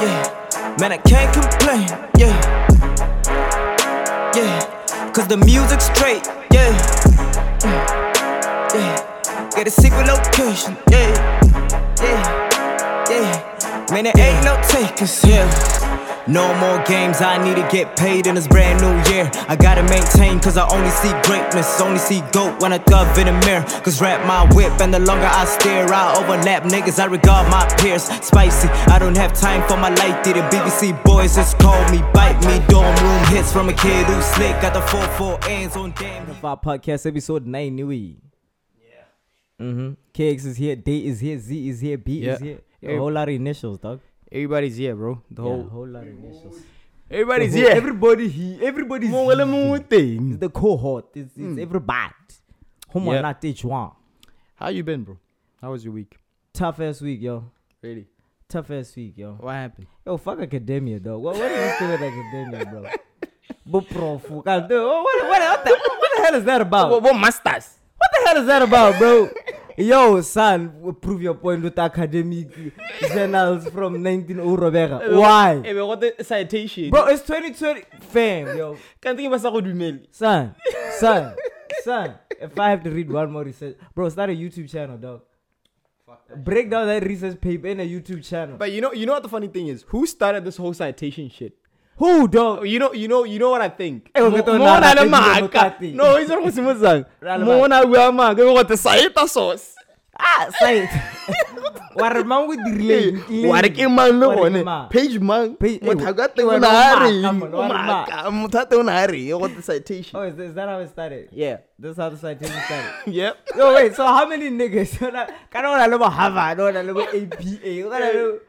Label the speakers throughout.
Speaker 1: yeah. Man, I can't complain, yeah. Yeah, cause the music's straight, yeah. Mm. Yeah, yeah. Get a secret location, yeah. Yeah, yeah. Man, there ain't no takers, yeah. No more games, I need to get paid in this brand new year. I gotta maintain, cause I only see greatness. Only see GOAT when I dove in the mirror. Cause wrap my whip, and the longer I stare, I overlap niggas. I regard my peers spicy. I don't have time for my light. The BBC boys just call me, bite me. Dorm room hits from a kid who slick. Got the 4 4 ends on damn.
Speaker 2: Five podcast episode nine, new. Yeah. Mm-hmm. KX is here, D is here, Z is here, B is
Speaker 3: Yeah.
Speaker 2: here. A whole lot of initials, dog.
Speaker 3: Everybody's here, bro. The
Speaker 2: Yeah, a
Speaker 3: whole
Speaker 2: whole lot of initials.
Speaker 3: everybody's
Speaker 2: The whole-
Speaker 3: here.
Speaker 2: Everybody here. Everybody's
Speaker 3: Mongole
Speaker 2: here.
Speaker 3: muthi.
Speaker 2: It's the cohort. It's, it's everybody. Homo
Speaker 3: Yeah.
Speaker 2: not each one.
Speaker 3: How you been, bro? How was your week?
Speaker 2: Tough ass week, yo.
Speaker 3: Really?
Speaker 2: Tough ass week, yo.
Speaker 3: What happened?
Speaker 2: Yo, fuck academia, dog. What, what is this thing with academia, bro? But prof, God, dude, what, what, what, the, what the hell is that about?
Speaker 3: What, what masters?
Speaker 2: What the hell is that about, bro? Yo, son, prove your point with academic journals from 19 Urobega. Why?
Speaker 3: Ebe go the citation.
Speaker 2: Bro, it's 2020. Fam, yo.
Speaker 3: Can't think about go dumele.
Speaker 2: Son, son, son. If I have to read one more research, bro, start a YouTube channel, dog. Break down that research paper in a YouTube channel.
Speaker 3: But you know, you know what the funny thing is? Who started this whole citation shit? Oh,
Speaker 2: Who, dog?
Speaker 3: You know, you know, you know what I think.
Speaker 2: Eh, o
Speaker 3: Mo-
Speaker 2: ke tlo nagana
Speaker 3: Mona
Speaker 2: ke
Speaker 3: le
Speaker 2: dilo
Speaker 3: maaka.
Speaker 2: mokate.
Speaker 3: No, itse go simotsa.
Speaker 2: Ra le
Speaker 3: Mona a bua maaka ebe go the saeta sauce.
Speaker 2: Ah, site. Wa re mang o dirileng? Eng?
Speaker 3: wa re ke mang le
Speaker 2: Wa re ke
Speaker 3: gone
Speaker 2: mang?
Speaker 3: page mang
Speaker 2: Page- eh,
Speaker 3: motho a ka teng
Speaker 2: Wa re
Speaker 3: o ne a
Speaker 2: maaka,
Speaker 3: reng
Speaker 2: man, wa
Speaker 3: O
Speaker 2: re
Speaker 3: maaka, motho a teng o ne a reng go the
Speaker 2: Oh,
Speaker 3: citation
Speaker 2: is, is that how it started?
Speaker 3: yeah
Speaker 2: That's how the citation started.
Speaker 3: yep
Speaker 2: Yo, wait, so how many niggas? Kana wana lebo Harvard, wana lebo APA, wana lebo...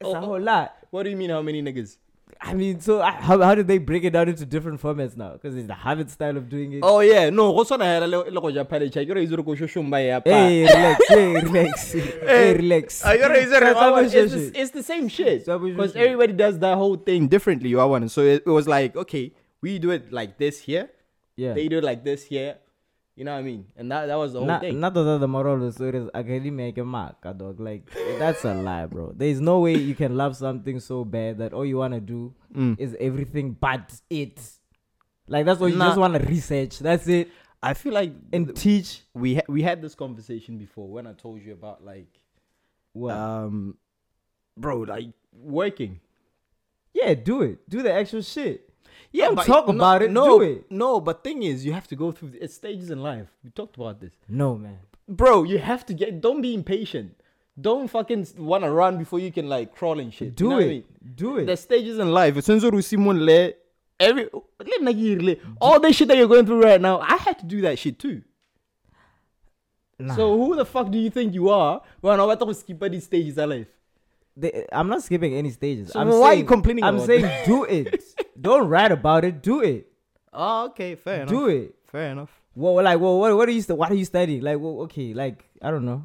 Speaker 2: It's a whole lot.
Speaker 3: what do you mean how many niggas
Speaker 2: I mean, so uh, how, how did they break it down into different formats now? Because it's the Harvard style of doing it.
Speaker 3: oh yeah no go tshwana hela le le go ja palecha ke re itse re ko e shoshomba ya pa
Speaker 2: Hey, relax, hey, relax, hey, relax.
Speaker 3: Ah, ke re itse re
Speaker 2: That's how
Speaker 3: wa-
Speaker 2: we
Speaker 3: it's
Speaker 2: should
Speaker 3: the-
Speaker 2: shoot.
Speaker 3: it's the same shit
Speaker 2: That's how we should
Speaker 3: because
Speaker 2: shoot.
Speaker 3: everybody does that whole thing differently you are one so it, it was like okay we do it like this here
Speaker 2: Yeah.
Speaker 3: they do it like this here you know what I mean and that that was the whole
Speaker 2: Not,
Speaker 3: thing
Speaker 2: not that the moral of the story is academia make a mark, a dog. Like that's a lie, bro. There is no way you can love something so bad that all you wanna do
Speaker 3: Mm.
Speaker 2: is everything but it. Like that's what you
Speaker 3: Nah.
Speaker 2: just wanna research. That's it,
Speaker 3: I feel like
Speaker 2: and teach.
Speaker 3: we ha- we had this conversation before when I told you about like
Speaker 2: What?
Speaker 3: um bro like working
Speaker 2: yeah, do it. Do the actual shit.
Speaker 3: yeah
Speaker 2: Don't
Speaker 3: but-
Speaker 2: talk
Speaker 3: no,
Speaker 2: about it,
Speaker 3: no
Speaker 2: do it.
Speaker 3: no but thing is you have to go through the it's stages in life we talked about this
Speaker 2: No, man.
Speaker 3: bro you have to get don't be impatient don't fucking want to run before you can like crawl and shit
Speaker 2: Do
Speaker 3: you know what I
Speaker 2: it.
Speaker 3: mean?
Speaker 2: Do it.
Speaker 3: the stages in life as soon as you see moon le every le nna ke irile. all the shit that you're going through right now i had to do that shit too
Speaker 2: Nah.
Speaker 3: so who the fuck do you think you are when i want to skip these stages of life
Speaker 2: They, I'm not skipping any stages.
Speaker 3: So
Speaker 2: I'm
Speaker 3: why
Speaker 2: saying,
Speaker 3: are you complaining
Speaker 2: I'm
Speaker 3: about
Speaker 2: saying do it. Don't write about it. Do it. Ah,
Speaker 3: oh okay fair
Speaker 2: Do it.
Speaker 3: fair enough
Speaker 2: Well, like, well, what, what are you? St- what are you studying? Like, well, okay, like, I don't know.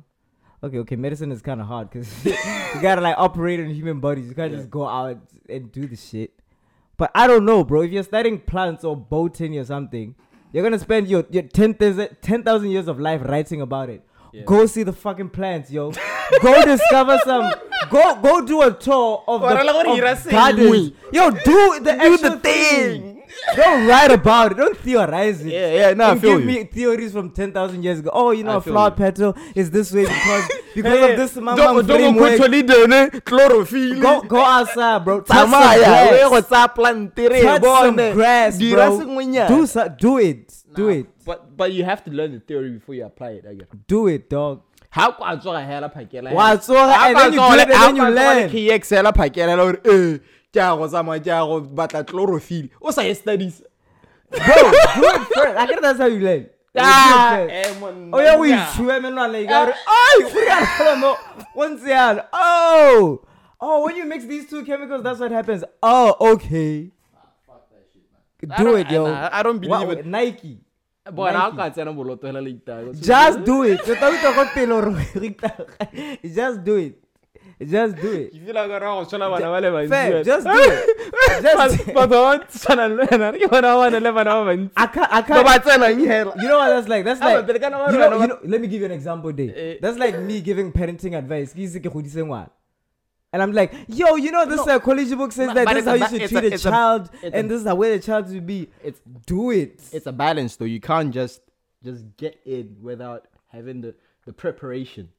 Speaker 2: Okay, okay, medicine is kind of hard because you gotta like operate on human bodies. You can't just go out and do the shit. But I don't know, bro. If you're studying plants or botany or something, you're gonna spend your your 10,000 10,000 years of life writing about it. Go see the fucking plants, yo. go discover some. Go go do a tour of
Speaker 3: Or I'll go
Speaker 2: the
Speaker 3: to
Speaker 2: of
Speaker 3: Irasi.
Speaker 2: gardens. Yo, do the
Speaker 3: Do the
Speaker 2: actual thing. Don't write about it. Don't theorize it
Speaker 3: Yeah, yeah, nah, I
Speaker 2: and
Speaker 3: feel
Speaker 2: give
Speaker 3: you.
Speaker 2: me theories from 10,000 years ago. Oh, you know,
Speaker 3: I
Speaker 2: a
Speaker 3: feel
Speaker 2: flower
Speaker 3: you.
Speaker 2: petal is this way because because of this amount
Speaker 3: Don't-
Speaker 2: of
Speaker 3: don't go
Speaker 2: framework.
Speaker 3: kwetlolidene, chlorophyll.
Speaker 2: Go, go outside, bro. Touch some
Speaker 3: Tsamaya, o ye go
Speaker 2: grass.
Speaker 3: tsaya plantere,
Speaker 2: Touch some
Speaker 3: bone.
Speaker 2: grass,
Speaker 3: Dira
Speaker 2: bro.
Speaker 3: sengwenyana.
Speaker 2: Do, so, do it. Do it.
Speaker 3: But but you have to learn the theory before you apply it. I guess.
Speaker 2: Do it, dog.
Speaker 3: How kwa tswa hela phakela.
Speaker 2: Wa tsoga, and then you do it, and then you learn.
Speaker 3: KX hela phakela la hore eh ke a go tsamaya ke a go batla chlorophyll. O sa ye studies.
Speaker 2: Bro, do it first. I guess that's how you learn.
Speaker 3: Ah,
Speaker 2: Do it first.
Speaker 3: eh, monna.
Speaker 2: Oh, yeah, we swim and all like, oh, we got Once again, oh, oh, when you mix these two chemicals, that's what happens. Oh, okay.
Speaker 3: I
Speaker 2: Do
Speaker 3: don't-
Speaker 2: it, yo.
Speaker 3: I- I don't believe it.
Speaker 2: Nike.
Speaker 3: Bona ha o ka tsena boloto hela le itago.
Speaker 2: Just do it. Ke tla bitsa ko pele hore o itaga. Just do it. Just do it.
Speaker 3: Ke feel like ra go tshwana bana ba le bantsi
Speaker 2: Fam,
Speaker 3: wena.
Speaker 2: just do it. Just do
Speaker 3: Ba-
Speaker 2: it.
Speaker 3: batho ba ba tshwanang le wena, ke bona ba bana le bana ba bantsi.
Speaker 2: I can't. I
Speaker 3: Ba ba
Speaker 2: can't.
Speaker 3: tsenang hela.
Speaker 2: You know what that's like? That's
Speaker 3: Ah,
Speaker 2: like.
Speaker 3: pele ka nama
Speaker 2: You
Speaker 3: re
Speaker 2: know,
Speaker 3: wena
Speaker 2: you
Speaker 3: ba-
Speaker 2: know, let me give you an example, Day.
Speaker 3: Eh.
Speaker 2: That's like me giving parenting advice. Ke itse ke godise ngwana. And I'm like, yo, you know, this uh, college book says
Speaker 3: No,
Speaker 2: that
Speaker 3: but
Speaker 2: this is
Speaker 3: it's a
Speaker 2: how you
Speaker 3: ba-
Speaker 2: should
Speaker 3: it's
Speaker 2: treat
Speaker 3: a-
Speaker 2: a,
Speaker 3: it's a-
Speaker 2: child,
Speaker 3: it's a-
Speaker 2: and this is the way the child should be.
Speaker 3: It's
Speaker 2: Do it.
Speaker 3: it's a balance though. You can't just just get in without having the the preparation.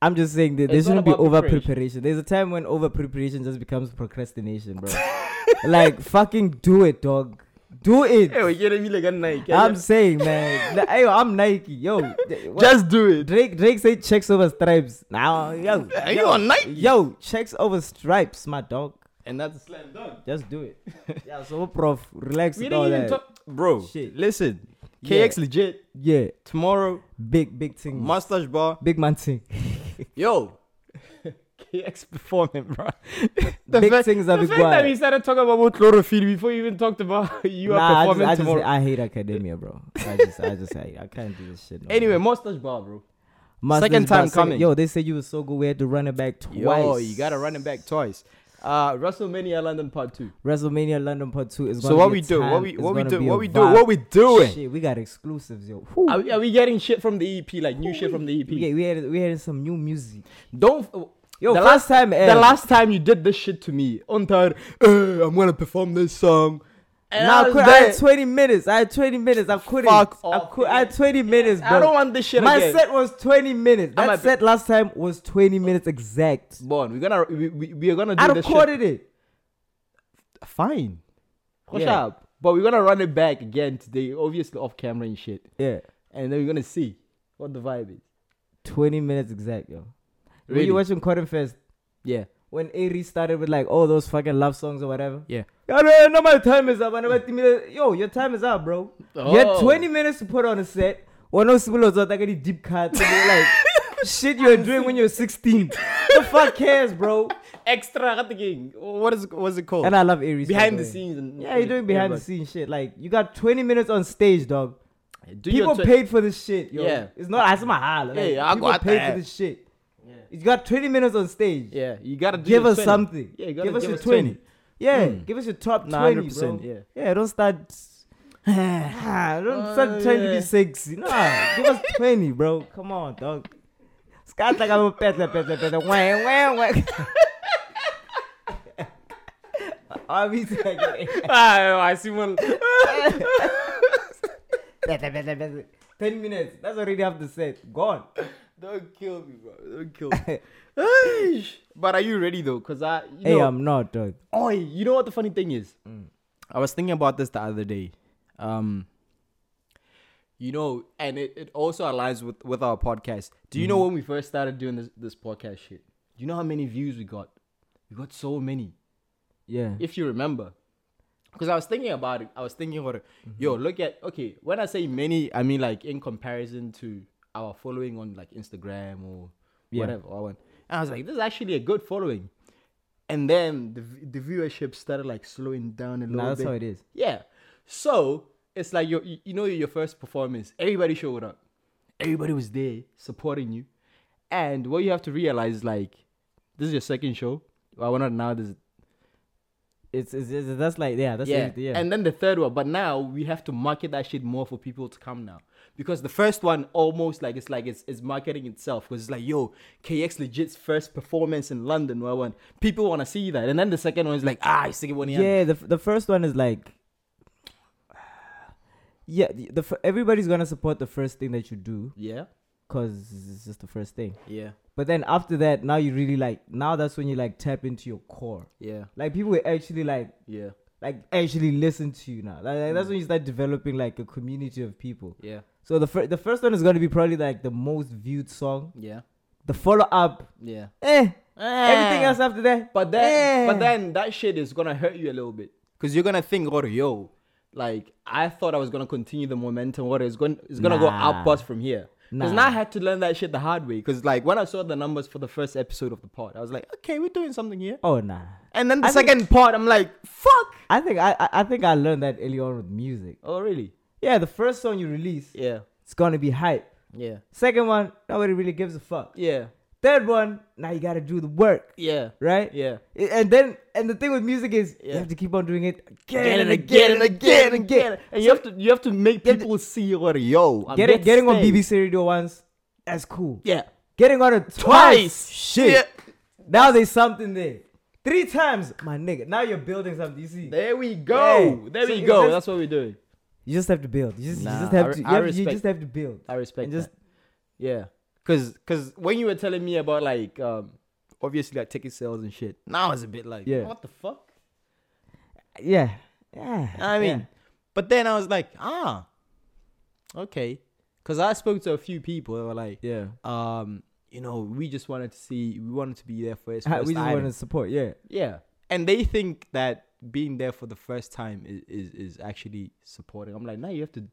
Speaker 2: I'm just saying that there
Speaker 3: It's all
Speaker 2: shouldn't be
Speaker 3: about
Speaker 2: over
Speaker 3: preparation.
Speaker 2: preparation. There's a time when over preparation just becomes procrastination, bro. like fucking do it, dog. Do it.
Speaker 3: Hey, we're getting me like a Nike.
Speaker 2: I'm saying, man. Like, yo, I'm Nike. Yo, just
Speaker 3: just do it.
Speaker 2: Drake. Drake said checks over stripes. Now, yo,
Speaker 3: Are
Speaker 2: yo,
Speaker 3: you on Nike?
Speaker 2: yo, checks over stripes, my dog.
Speaker 3: And that's a slam dunk.
Speaker 2: Just do it. yeah. So, prof, relax.
Speaker 3: We
Speaker 2: and all
Speaker 3: didn't even
Speaker 2: that.
Speaker 3: talk, bro.
Speaker 2: Shit.
Speaker 3: Listen,
Speaker 2: Yeah.
Speaker 3: KX legit.
Speaker 2: Yeah.
Speaker 3: Tomorrow,
Speaker 2: Big, big thing.
Speaker 3: mustache bar.
Speaker 2: big man thing.
Speaker 3: Yo. KX performing, bro.
Speaker 2: Big things are
Speaker 3: the fact
Speaker 2: required.
Speaker 3: that we started talking about chlorophyll before you even talked about you are
Speaker 2: Nah, I just,
Speaker 3: performing
Speaker 2: I, just,
Speaker 3: tomorrow.
Speaker 2: I hate academia, bro. I just, I just, hate. I can't do this shit. No more.
Speaker 3: anyway, mustache bar, bro.
Speaker 2: Masters
Speaker 3: Second time
Speaker 2: by second-
Speaker 3: coming.
Speaker 2: Yo, they said you were so good. We had to run it back twice.
Speaker 3: Yo, you gotta run it back twice. Uh, WrestleMania London Part Two.
Speaker 2: WrestleMania London Part Two is.
Speaker 3: So
Speaker 2: gonna
Speaker 3: what
Speaker 2: be
Speaker 3: we
Speaker 2: a
Speaker 3: do? What
Speaker 2: time-
Speaker 3: we
Speaker 2: it's
Speaker 3: what we
Speaker 2: gonna
Speaker 3: do?
Speaker 2: be a
Speaker 3: What we do?
Speaker 2: vibe.
Speaker 3: What we doing?
Speaker 2: Shit, we got exclusives, yo. Whew.
Speaker 3: Are we, are we getting shit from the EP? Like new shit from the EP?
Speaker 2: Yeah, we had we had some new music.
Speaker 3: Don't.
Speaker 2: Yo,
Speaker 3: the
Speaker 2: first
Speaker 3: last
Speaker 2: time, eh,
Speaker 3: the last time you did this shit to me on third, uh, I'm gonna perform this song. And
Speaker 2: Nah, I,
Speaker 3: I, was
Speaker 2: quit- I had
Speaker 3: there.
Speaker 2: 20 minutes. I had 20 minutes. I couldn't.
Speaker 3: Fuck
Speaker 2: I,
Speaker 3: off,
Speaker 2: cou- I had 20 minutes, bro.
Speaker 3: I don't want this shit
Speaker 2: My
Speaker 3: again.
Speaker 2: set was 20 minutes.
Speaker 3: I'm
Speaker 2: That
Speaker 3: a-
Speaker 2: set last time was 20 minutes exact.
Speaker 3: Born, we're gonna we, we, we are gonna do
Speaker 2: I
Speaker 3: this
Speaker 2: recorded it.
Speaker 3: shit. Fine, push
Speaker 2: Yeah.
Speaker 3: up, but we're gonna run it back again today, obviously off camera and shit,
Speaker 2: Yeah.
Speaker 3: and then we're gonna see what the vibe is.
Speaker 2: 20 minutes exact, yo. When
Speaker 3: Really?
Speaker 2: you watching Cotton Fest,
Speaker 3: Yeah,
Speaker 2: when Ari started with like all those fucking love songs or whatever.
Speaker 3: yeah.
Speaker 2: Yo, no, no, my time is up. I never think that- Yo, your time is up, bro. You had
Speaker 3: Oh.
Speaker 2: 20 minutes to put on a set. One of those like any deep cuts. and they're like shit you were doing when you were 16. the fuck cares, bro?
Speaker 3: Oh. Extra at the game. What is what's it called?
Speaker 2: And I love Aries.
Speaker 3: behind the scenes. And
Speaker 2: Yeah, you're doing behind the scenes shit. Like you got 20 minutes on stage, dog.
Speaker 3: scenes. Do
Speaker 2: people
Speaker 3: your tw-
Speaker 2: paid for this shit, yo.
Speaker 3: Yeah.
Speaker 2: It's not as my high. Like,
Speaker 3: Yeah, I
Speaker 2: people
Speaker 3: got
Speaker 2: paid
Speaker 3: that.
Speaker 2: for this shit. You got 20 minutes on stage.
Speaker 3: Yeah, you gotta do
Speaker 2: give
Speaker 3: your
Speaker 2: us
Speaker 3: 20.
Speaker 2: something.
Speaker 3: Yeah, you gotta
Speaker 2: give us Hmm.
Speaker 3: give
Speaker 2: your
Speaker 3: us
Speaker 2: 20.
Speaker 3: 20.
Speaker 2: Yeah, give us your top 20,
Speaker 3: Nah,
Speaker 2: 100%,
Speaker 3: 100%,
Speaker 2: bro.
Speaker 3: yeah.
Speaker 2: Yeah, don't start. Ah, don't
Speaker 3: Oh,
Speaker 2: start trying to
Speaker 3: yeah.
Speaker 2: be sexy. Nah, give us 20, bro. Come on, dog. Scott's like, I'm a peddler, peddler, peddler. Wah, wah, wah. I mean, it's like,
Speaker 3: Ah, I see one.
Speaker 2: peddler, peddler, peddler. 10 minutes. That's already half the set. Gone.
Speaker 3: Don't kill me, bro. Don't kill me. Aish. but are you ready though? Cause I, you
Speaker 2: Hey, um,
Speaker 3: know,
Speaker 2: I'm not, dog.
Speaker 3: Oi, you know what the funny thing is? I was thinking about this the other day. Um, you know, and it, it also aligns with with our podcast. Do you know
Speaker 2: Mm.
Speaker 3: when we first started doing this this podcast shit? Do you know how many views we got? We got so many.
Speaker 2: Yeah.
Speaker 3: if you remember. Because I was thinking about it. I was thinking about it.
Speaker 2: Mm-hmm.
Speaker 3: Yo, look at okay. When I say many, I mean like in comparison to our following on like Instagram or
Speaker 2: Yeah.
Speaker 3: whatever. Or one. And I was like, this is actually a good following. And then the v- the viewership started like slowing down a little
Speaker 2: Nah, that's
Speaker 3: bit.
Speaker 2: how it is.
Speaker 3: Yeah. So it's like your, you you know your first performance. Everybody showed up. Everybody was there supporting you. And what you have to realize is like, this is your second show. Well, not now. This is
Speaker 2: It's, it's, it's that's like yeah, that's
Speaker 3: yeah.
Speaker 2: it, yeah.
Speaker 3: And then the third one, but now we have to market that shit more for people to come now. Because the first one almost like it's like it's, it's marketing itself because it's like yo KX legit's first performance in London where one people want to see that and then the second one is like ah I see one
Speaker 2: yeah, the, f- the first one is like yeah the, the f- everybody's gonna support the first thing that you do
Speaker 3: yeah
Speaker 2: because it's just the first thing
Speaker 3: yeah
Speaker 2: but then after that now you really like now that's when you like tap into your core
Speaker 3: yeah
Speaker 2: like people will actually like
Speaker 3: yeah
Speaker 2: like actually listen to you now like, like, that's when you start developing like a community of people
Speaker 3: yeah
Speaker 2: so the, fir- the first one is gonna be probably like the most viewed song
Speaker 3: yeah
Speaker 2: the follow-up
Speaker 3: yeah
Speaker 2: eh everything
Speaker 3: Ah.
Speaker 2: else after that
Speaker 3: But then,
Speaker 2: eh.
Speaker 3: but then that shit is gonna hurt you a little bit because you're gonna think, oh, yo, like I thought I was gonna continue the momentum, or it's going, it's gonna go
Speaker 2: Nah.
Speaker 3: outburst from here. Because
Speaker 2: Nah.
Speaker 3: now I had to learn that shit the hard way. Because like when I saw the numbers for the first episode of the pod, I was like, okay, we're doing something here.
Speaker 2: oh nah
Speaker 3: And then the
Speaker 2: I think-
Speaker 3: second part, I'm like, fuck.
Speaker 2: I think I, I I think I learned that early on with music.
Speaker 3: Oh really?
Speaker 2: Yeah, the first song you release,
Speaker 3: Yeah,
Speaker 2: it's gonna be hype.
Speaker 3: yeah,
Speaker 2: Second one, nobody really gives a fuck.
Speaker 3: yeah,
Speaker 2: Third one, now you gotta do the work,
Speaker 3: yeah,
Speaker 2: right?
Speaker 3: yeah.
Speaker 2: I- And then and the thing with music is you
Speaker 3: Yeah.
Speaker 2: have to keep on doing it again,
Speaker 3: Again and again and again and again. And you have to, you have to make
Speaker 2: Get-
Speaker 3: people see, or yo, I'm
Speaker 2: Get it, getting on
Speaker 3: staying.
Speaker 2: BBC Radio once, that's cool.
Speaker 3: Yeah.
Speaker 2: Getting on it twice,
Speaker 3: Twice.
Speaker 2: shit.
Speaker 3: Yeah.
Speaker 2: Now there's something there. Three times, my nigga. Now you're building something. You see,
Speaker 3: There we go.
Speaker 2: Yeah.
Speaker 3: There
Speaker 2: So
Speaker 3: we
Speaker 2: it's
Speaker 3: go.
Speaker 2: just-
Speaker 3: That's what we're doing.
Speaker 2: you just have to build. You just,
Speaker 3: Nah,
Speaker 2: you just have
Speaker 3: I re-
Speaker 2: to. You,
Speaker 3: I
Speaker 2: have- you
Speaker 3: respect-
Speaker 2: just have to build.
Speaker 3: I respect
Speaker 2: And just-
Speaker 3: that. Yeah, cause cause when you were telling me about like um obviously like ticket sales and shit, now it's a bit like
Speaker 2: Yeah.
Speaker 3: what the fuck.
Speaker 2: Yeah, yeah.
Speaker 3: I mean,
Speaker 2: yeah.
Speaker 3: but then I was like, ah, okay, because I spoke to a few people that were like,
Speaker 2: yeah.
Speaker 3: um, you know, we just wanted to see, we wanted to be there for his
Speaker 2: Hi-
Speaker 3: first
Speaker 2: we just
Speaker 3: item.
Speaker 2: want to support. Yeah,
Speaker 3: yeah, and they think that being there for the first time is is, is actually supporting. I'm like, no, you have to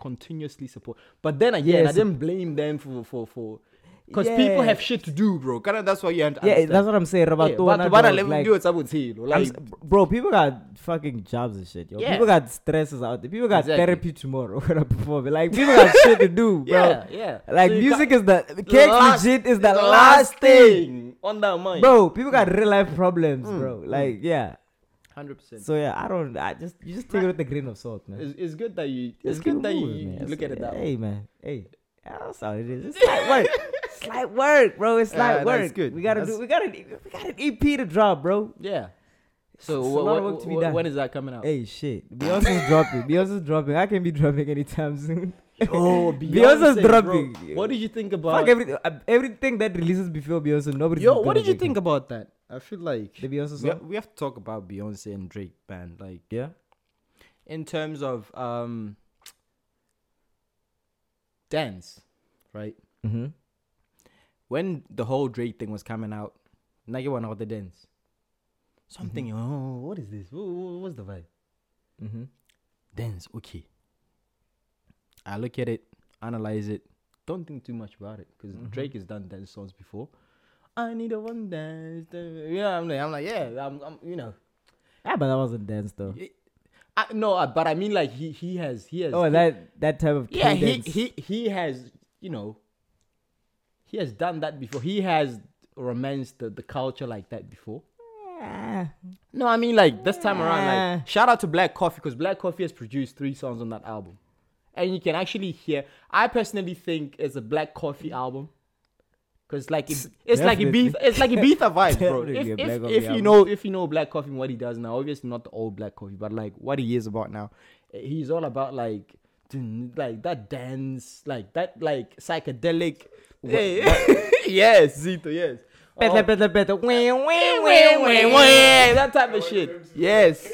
Speaker 3: continuously support. But then again,
Speaker 2: Yeah,
Speaker 3: I
Speaker 2: so-
Speaker 3: didn't blame them for for for. Because people
Speaker 2: Yeah.
Speaker 3: have shit to do, bro. Kinda, that's why you have to
Speaker 2: yeah.
Speaker 3: understand.
Speaker 2: That's what I'm saying. About the
Speaker 3: Yeah, but-
Speaker 2: one I
Speaker 3: but I
Speaker 2: don't,
Speaker 3: let me
Speaker 2: like-
Speaker 3: do it, I would say, bro.
Speaker 2: I'm
Speaker 3: Like,
Speaker 2: s- bro, people got fucking jobs and shit, yo.
Speaker 3: Yeah.
Speaker 2: People got stresses out there. People got
Speaker 3: Exactly.
Speaker 2: therapy tomorrow when I perform. Like people got shit to do, bro.
Speaker 3: yeah, yeah.
Speaker 2: Like
Speaker 3: So you
Speaker 2: music
Speaker 3: can't-
Speaker 2: is the cake
Speaker 3: last-
Speaker 2: legit is the, last thing.
Speaker 3: on that mind,
Speaker 2: Bro, people got real life problems,
Speaker 3: Mm.
Speaker 2: bro. Like, yeah.
Speaker 3: Hundred percent.
Speaker 2: So yeah, I don't I just you just take it with a grain of salt, man.
Speaker 3: It's, it's good that you. It's
Speaker 2: Just keep
Speaker 3: good that you,
Speaker 2: moving,
Speaker 3: you
Speaker 2: man. That's-
Speaker 3: look at it that way.
Speaker 2: Hey man. Hey. That's how it is. It's like work. It's like work, bro. It's
Speaker 3: Yeah,
Speaker 2: like
Speaker 3: that's
Speaker 2: work.
Speaker 3: good.
Speaker 2: We gotta
Speaker 3: That's-
Speaker 2: do we gotta we got an EP to drop, bro.
Speaker 3: Yeah. So
Speaker 2: It's a
Speaker 3: wha-
Speaker 2: lot of
Speaker 3: wha-
Speaker 2: work to be
Speaker 3: wha-
Speaker 2: done.
Speaker 3: when is that coming out?
Speaker 2: Hey shit. Beyonce's dropping. Beyonce's dropping. I can be dropping anytime soon.
Speaker 3: Oh,
Speaker 2: Beyonce's
Speaker 3: bro.
Speaker 2: dropping.
Speaker 3: What did you think about?
Speaker 2: Fuck everything. uh, Everything that releases before Beyonce, nobody.
Speaker 3: Yo, what did you think about that? I feel like
Speaker 2: The Beyonce
Speaker 3: we have,
Speaker 2: song.
Speaker 3: we have to talk about Beyonce and Drake band, like
Speaker 2: Yeah.
Speaker 3: in terms of um dance, right?
Speaker 2: Mm-hmm.
Speaker 3: when the whole Drake thing was coming out, Nike went out the dance. Something, oh, what is this? Wha- wha- What's the vibe?
Speaker 2: Mm-hmm.
Speaker 3: Dance, okay. I look at it, analyze it, don't think too much about it because
Speaker 2: Mm-hmm.
Speaker 3: Drake has done dance songs before. I need a one dance. Yeah, I'm like, I'm like, yeah, I'm, I'm you know,
Speaker 2: Ah, but that wasn't dance though.
Speaker 3: it- I, no, I, but I mean, like, he he has, he has,
Speaker 2: Oh,
Speaker 3: he-
Speaker 2: that that type of
Speaker 3: yeah, he,
Speaker 2: cadence.
Speaker 3: he he has, you know, he has done that before. He has romanced the, the culture like that before.
Speaker 2: Ah,
Speaker 3: No, I mean like this time around,
Speaker 2: Yeah.
Speaker 3: like shout out to Black Coffee because Black Coffee has produced three songs on that album, and you can actually hear. I personally think it's a Black Coffee album, because like it, it's like Ibiza,
Speaker 2: Definitely.
Speaker 3: it's like Ibiza vibes, bro.
Speaker 2: Definitely
Speaker 3: If,
Speaker 2: a Black
Speaker 3: if,
Speaker 2: Coffee
Speaker 3: if you
Speaker 2: album.
Speaker 3: know if you know Black Coffee and what he does now, obviously not the old Black Coffee, but like what he is about now, he's all about like dun- like that dance, like that like psychedelic. yes, Zito, yes.
Speaker 2: better,
Speaker 3: Oh.
Speaker 2: better, better. Wah, wah, wah, wah, wah.
Speaker 3: That type of shit. Yes.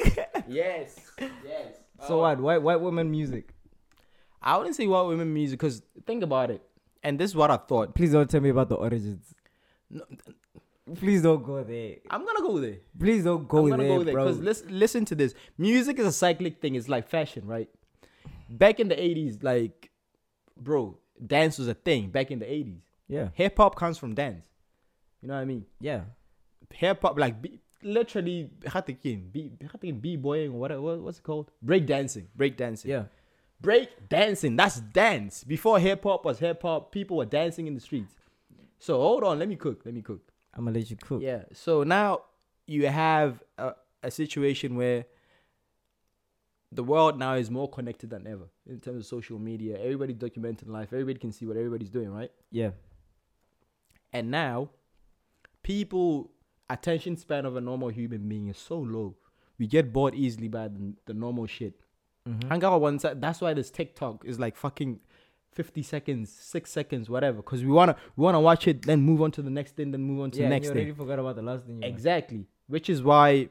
Speaker 3: yes. Yes.
Speaker 2: So what? White white woman music.
Speaker 3: I wouldn't say white women music because think about it. And this is what I thought.
Speaker 2: Please don't tell me about the origins.
Speaker 3: No,
Speaker 2: Please don't go there.
Speaker 3: I'm gonna go there.
Speaker 2: Please don't go,
Speaker 3: I'm gonna
Speaker 2: there,
Speaker 3: go there
Speaker 2: bro.
Speaker 3: because listen, listen to this. Music is a cyclic thing. It's like fashion, right? Back in the '80s, like, bro, dance was a thing. Back in the '80s,
Speaker 2: yeah,
Speaker 3: hip hop comes from dance. You know what I mean?
Speaker 2: yeah.
Speaker 3: Hip hop, like, be, literally, b b boying or whatever. What, what's it called? Break dancing. Break dancing.
Speaker 2: Yeah.
Speaker 3: break dancing that's dance before hip-hop was hip-hop people were dancing in the streets so hold on let me cook let me cook
Speaker 2: I'm gonna let you cook.
Speaker 3: yeah so now you have a, a situation where the world now is more connected than ever in terms of social media everybody documenting life everybody can see what everybody's doing right
Speaker 2: yeah.
Speaker 3: and now people attention span of a normal human being is so low we get bored easily by the, the normal shit
Speaker 2: Mm-hmm.
Speaker 3: hang out one side that's why this tiktok is like fucking 50 seconds 6 seconds whatever because we want to we want to watch it then move on to the next thing then move on to
Speaker 2: yeah.
Speaker 3: the
Speaker 2: and
Speaker 3: next
Speaker 2: you
Speaker 3: thing
Speaker 2: already forgot about the last thing. You exactly.
Speaker 3: Exactly. Which is why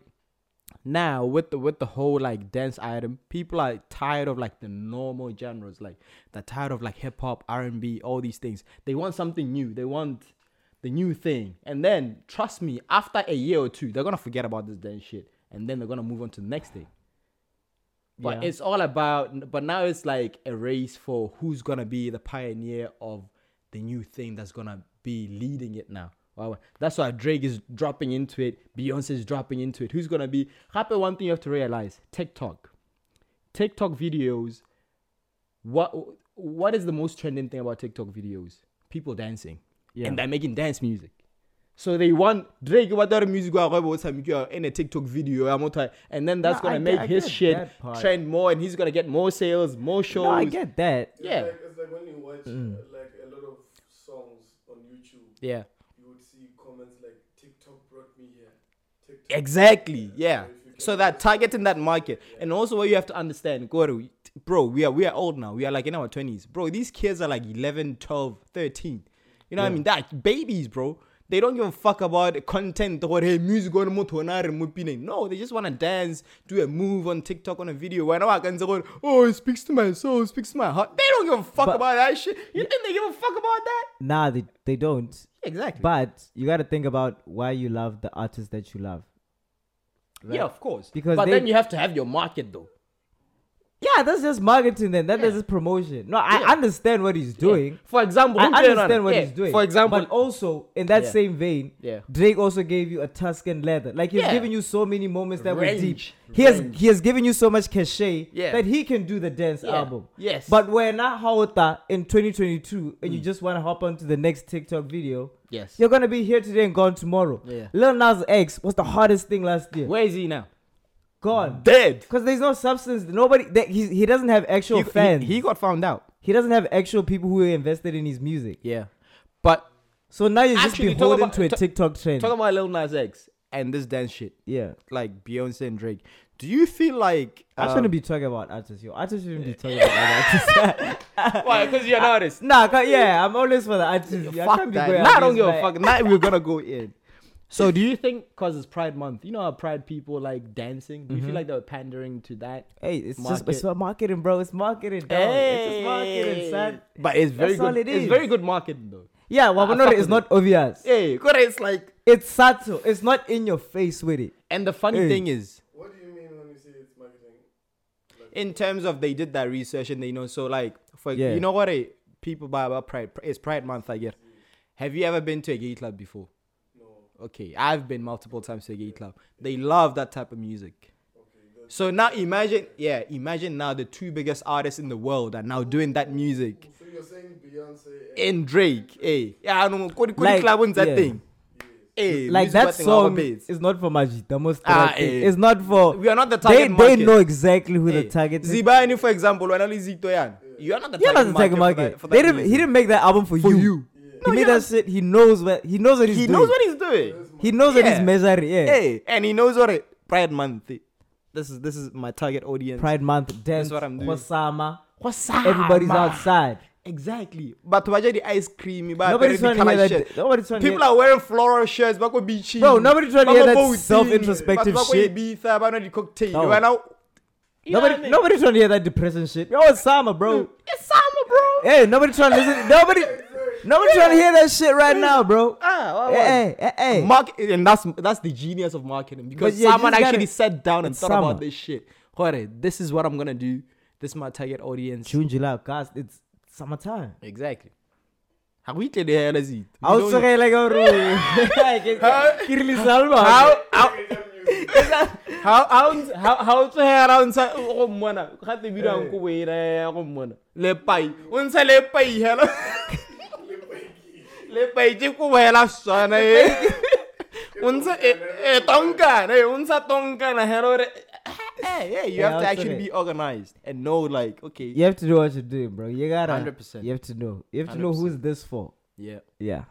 Speaker 3: now with the with the whole like dance item, people are tired of like the normal genres. Like they're tired of like hip hop, R and B, all these things. They want something new. They want the new thing. And then trust me, after a year or two, they're gonna forget about this dance shit. And then they're gonna move on to the next thing. But
Speaker 2: Yeah.
Speaker 3: it's all about but now it's like a race for who's gonna be the pioneer of the new thing that's gonna be leading it now. Wow. That's why Drake is dropping into it, Beyonce is dropping into it. Who's gonna be happy one thing you have to realize TikTok. TikTok videos. What what is the most trending thing about TikTok videos? People dancing.
Speaker 2: Yeah.
Speaker 3: And they're making dance music. So they want Drake what other music I remember what time you are in a TikTok video I'm not tired. and then that's
Speaker 2: No,
Speaker 3: gonna
Speaker 2: I
Speaker 3: make
Speaker 2: get- I
Speaker 3: his
Speaker 2: get
Speaker 3: shit
Speaker 2: that part.
Speaker 3: trend more and he's gonna get more sales, more shows.
Speaker 2: No, I get that.
Speaker 4: It's
Speaker 3: Yeah.
Speaker 4: Like, it's like when you watch uh, like a lot of songs on YouTube,
Speaker 3: Yeah.
Speaker 4: you would see comments like TikTok
Speaker 3: Exactly. Yeah. So that targeting that market, and also what you have to understand, Goro, bro, we are we are old now. We are like in our twenties, bro. These kids are like 11, 12, 13. You know what I mean? That babies, bro. They don't give a fuck about content or hey music on No, they just wanna dance, do a move on TikTok on a video. Why now I can say, oh, it speaks to my soul, it speaks to my heart. They don't give a fuck
Speaker 2: But-
Speaker 3: about that shit. You think they give a fuck about that?
Speaker 2: Nah, they, they don't.
Speaker 3: Exactly.
Speaker 2: But you got to think about why you love the artist that you love.
Speaker 3: yeah, of course.
Speaker 2: Because
Speaker 3: but
Speaker 2: they-
Speaker 3: then you have to have your market though.
Speaker 2: Yeah, that's just marketing then. That
Speaker 3: Yeah.
Speaker 2: is just promotion. No, I
Speaker 3: Yeah.
Speaker 2: understand what he's doing.
Speaker 3: Yeah. For example,
Speaker 2: I
Speaker 3: who did it on-
Speaker 2: understand what
Speaker 3: yeah,
Speaker 2: he's doing.
Speaker 3: For example, oh,
Speaker 2: but also in that
Speaker 3: Yeah.
Speaker 2: same vein,
Speaker 3: Yeah.
Speaker 2: Drake also gave you a Tuscan leather. Like he's
Speaker 3: Yeah.
Speaker 2: giving you so many moments that were deep.
Speaker 3: Range.
Speaker 2: He has
Speaker 3: Range.
Speaker 2: he has given you so much cachet
Speaker 3: Yeah.
Speaker 2: that he can do the dance
Speaker 3: Yeah.
Speaker 2: album.
Speaker 3: Yes. Mm.
Speaker 2: But we're not Hawata in 2022, and you just want to hop onto the next TikTok video.
Speaker 3: yes.
Speaker 2: You're gonna be here today and gone tomorrow.
Speaker 3: Yeah.
Speaker 2: Lil Nas X was the hardest thing last year.
Speaker 3: Where is he now?
Speaker 2: Gone.
Speaker 3: Dead.
Speaker 2: Because there's no substance. Nobody. That he, he doesn't have actual
Speaker 3: He,
Speaker 2: fans.
Speaker 3: he- he got found out.
Speaker 2: He doesn't have actual people who are invested in his music.
Speaker 3: Yeah. But
Speaker 2: So now you're
Speaker 3: Actually,
Speaker 2: just
Speaker 3: talk
Speaker 2: beholden
Speaker 3: about-
Speaker 2: to a
Speaker 3: talk-
Speaker 2: TikTok trend.
Speaker 3: talk about Lil Nas X and this dance shit,
Speaker 2: yeah.
Speaker 3: like Beyonce and Drake. Do you feel like
Speaker 2: I
Speaker 3: um,
Speaker 2: shouldn't be talking about artists. Yo, artists shouldn't be talking about artists.
Speaker 3: um, Why? Because you're an artist.
Speaker 2: nah, I can't- yeah, I'm always for the artists. yo. I
Speaker 3: fuck
Speaker 2: can't be
Speaker 3: that.
Speaker 2: going
Speaker 3: Nah, I
Speaker 2: out
Speaker 3: don't
Speaker 2: this
Speaker 3: give a
Speaker 2: way.
Speaker 3: fuck. Now we're gonna go in. So do you think because it's Pride Month, you know how Pride people like dancing? Do you feel like they were pandering to that?
Speaker 2: Hey, it's just
Speaker 3: Market.
Speaker 2: it's about marketing, bro. It's marketing, dog. It's just marketing, son.
Speaker 3: But it's very
Speaker 2: That's all it
Speaker 3: good. It's
Speaker 2: is.
Speaker 3: very good marketing though.
Speaker 2: Yeah, well,
Speaker 3: I
Speaker 2: but no,
Speaker 3: fuck
Speaker 2: it's
Speaker 3: with
Speaker 2: not obvious.
Speaker 3: Yeah, because it's like,
Speaker 2: It's subtle. It's not in your face with it.
Speaker 3: and the funny
Speaker 2: Hey.
Speaker 3: thing is,
Speaker 4: What do you mean when you say it's marketing?
Speaker 3: in terms of they did that research and they know so like for
Speaker 2: Yeah.
Speaker 3: you know what eh, people buy about pride it's pride month i get have you ever been to a gay club before no okay i've been multiple times to a gay club they love that type of music so now imagine yeah imagine now the two biggest artists in the world are now doing that music
Speaker 4: So you're saying Beyonce and
Speaker 3: in drake eh yeah i don't know Kodi- Kodi
Speaker 2: Like,
Speaker 3: club owns that
Speaker 2: yeah.
Speaker 3: thing eh
Speaker 2: Like
Speaker 3: music what
Speaker 2: that
Speaker 3: thing, our
Speaker 2: song
Speaker 3: baits.
Speaker 2: is not for Majid. most
Speaker 3: Ah,
Speaker 2: correct thing.
Speaker 3: eh.
Speaker 2: It's not for.
Speaker 3: we are not the
Speaker 2: They, they
Speaker 3: target market.
Speaker 2: know exactly who the
Speaker 3: Hey,
Speaker 2: target is.
Speaker 3: Zibani, for example, when Ali Zito yan, you're not the
Speaker 2: You're not the target
Speaker 3: for
Speaker 2: market.
Speaker 3: that- for
Speaker 2: they
Speaker 3: that
Speaker 2: didn't, he
Speaker 3: reason.
Speaker 2: didn't make that album for,
Speaker 3: For
Speaker 2: you.
Speaker 3: you.
Speaker 2: He
Speaker 3: No,
Speaker 2: made
Speaker 3: you're
Speaker 2: that shit. He knows what he knows what he's
Speaker 3: He
Speaker 2: doing.
Speaker 3: knows what he's doing.
Speaker 2: he knows what he's
Speaker 3: Yeah.
Speaker 2: measuring. Yeah.
Speaker 3: Hey, and he knows what it. Pride Month. eh, This is this is my target audience.
Speaker 2: Pride Month, dance,
Speaker 3: what I'm doing.
Speaker 2: Hosama.
Speaker 3: What's
Speaker 2: Everybody's outside.
Speaker 3: Exactly. But why the ice cream? but
Speaker 2: Nobody's
Speaker 3: the
Speaker 2: trying to hear that.
Speaker 3: colour shirt.
Speaker 2: Nobody's trying
Speaker 3: People
Speaker 2: to hear.
Speaker 3: are wearing floral shirts. Bako beachy.
Speaker 2: Bro, nobody trying to hear that self-introspective shit.
Speaker 3: Ibiza, bako the cocktail.
Speaker 2: No.
Speaker 3: Right now, You know what I
Speaker 2: Nobody,
Speaker 3: mean?
Speaker 2: nobody's trying to hear that depression shit. Yo, it's summer, bro.
Speaker 3: It's summer, bro.
Speaker 2: Hey, nobody trying to listen. Nobody, nobody trying to hear that shit right now, bro.
Speaker 3: Ah, what was-
Speaker 2: Hey, hey, hey.
Speaker 3: Mark, and that's that's the genius of marketing because
Speaker 2: But yeah, you
Speaker 3: someone
Speaker 2: just
Speaker 3: actually
Speaker 2: gotta-
Speaker 3: sat down and
Speaker 2: it's
Speaker 3: thought
Speaker 2: summer.
Speaker 3: about this shit. Hore, this is what I'm gonna do. This is my target audience.
Speaker 2: June, July, August. It's summertime.
Speaker 3: Exactly. How we did the hell is it?
Speaker 2: I was talking like a rule. Kirli Salma.
Speaker 3: how how
Speaker 4: Asian music.
Speaker 3: how how how how to oh, hair on sa go mmona ga te bira nko
Speaker 2: Eh.
Speaker 3: bo ira go mmona le pai oh, o ntse le pai hela le pai ke go hela sona e o ntse e tonkana e o ntse tonkana hela ore eh eh you
Speaker 2: Yeah,
Speaker 3: have to
Speaker 2: I'll
Speaker 3: actually
Speaker 2: say
Speaker 3: be organized and know like okay
Speaker 2: You have to do what you're doing, bro. You gotta.
Speaker 3: 100%.
Speaker 2: You have to know. You have to know who's this for.
Speaker 3: yeah
Speaker 2: Yeah.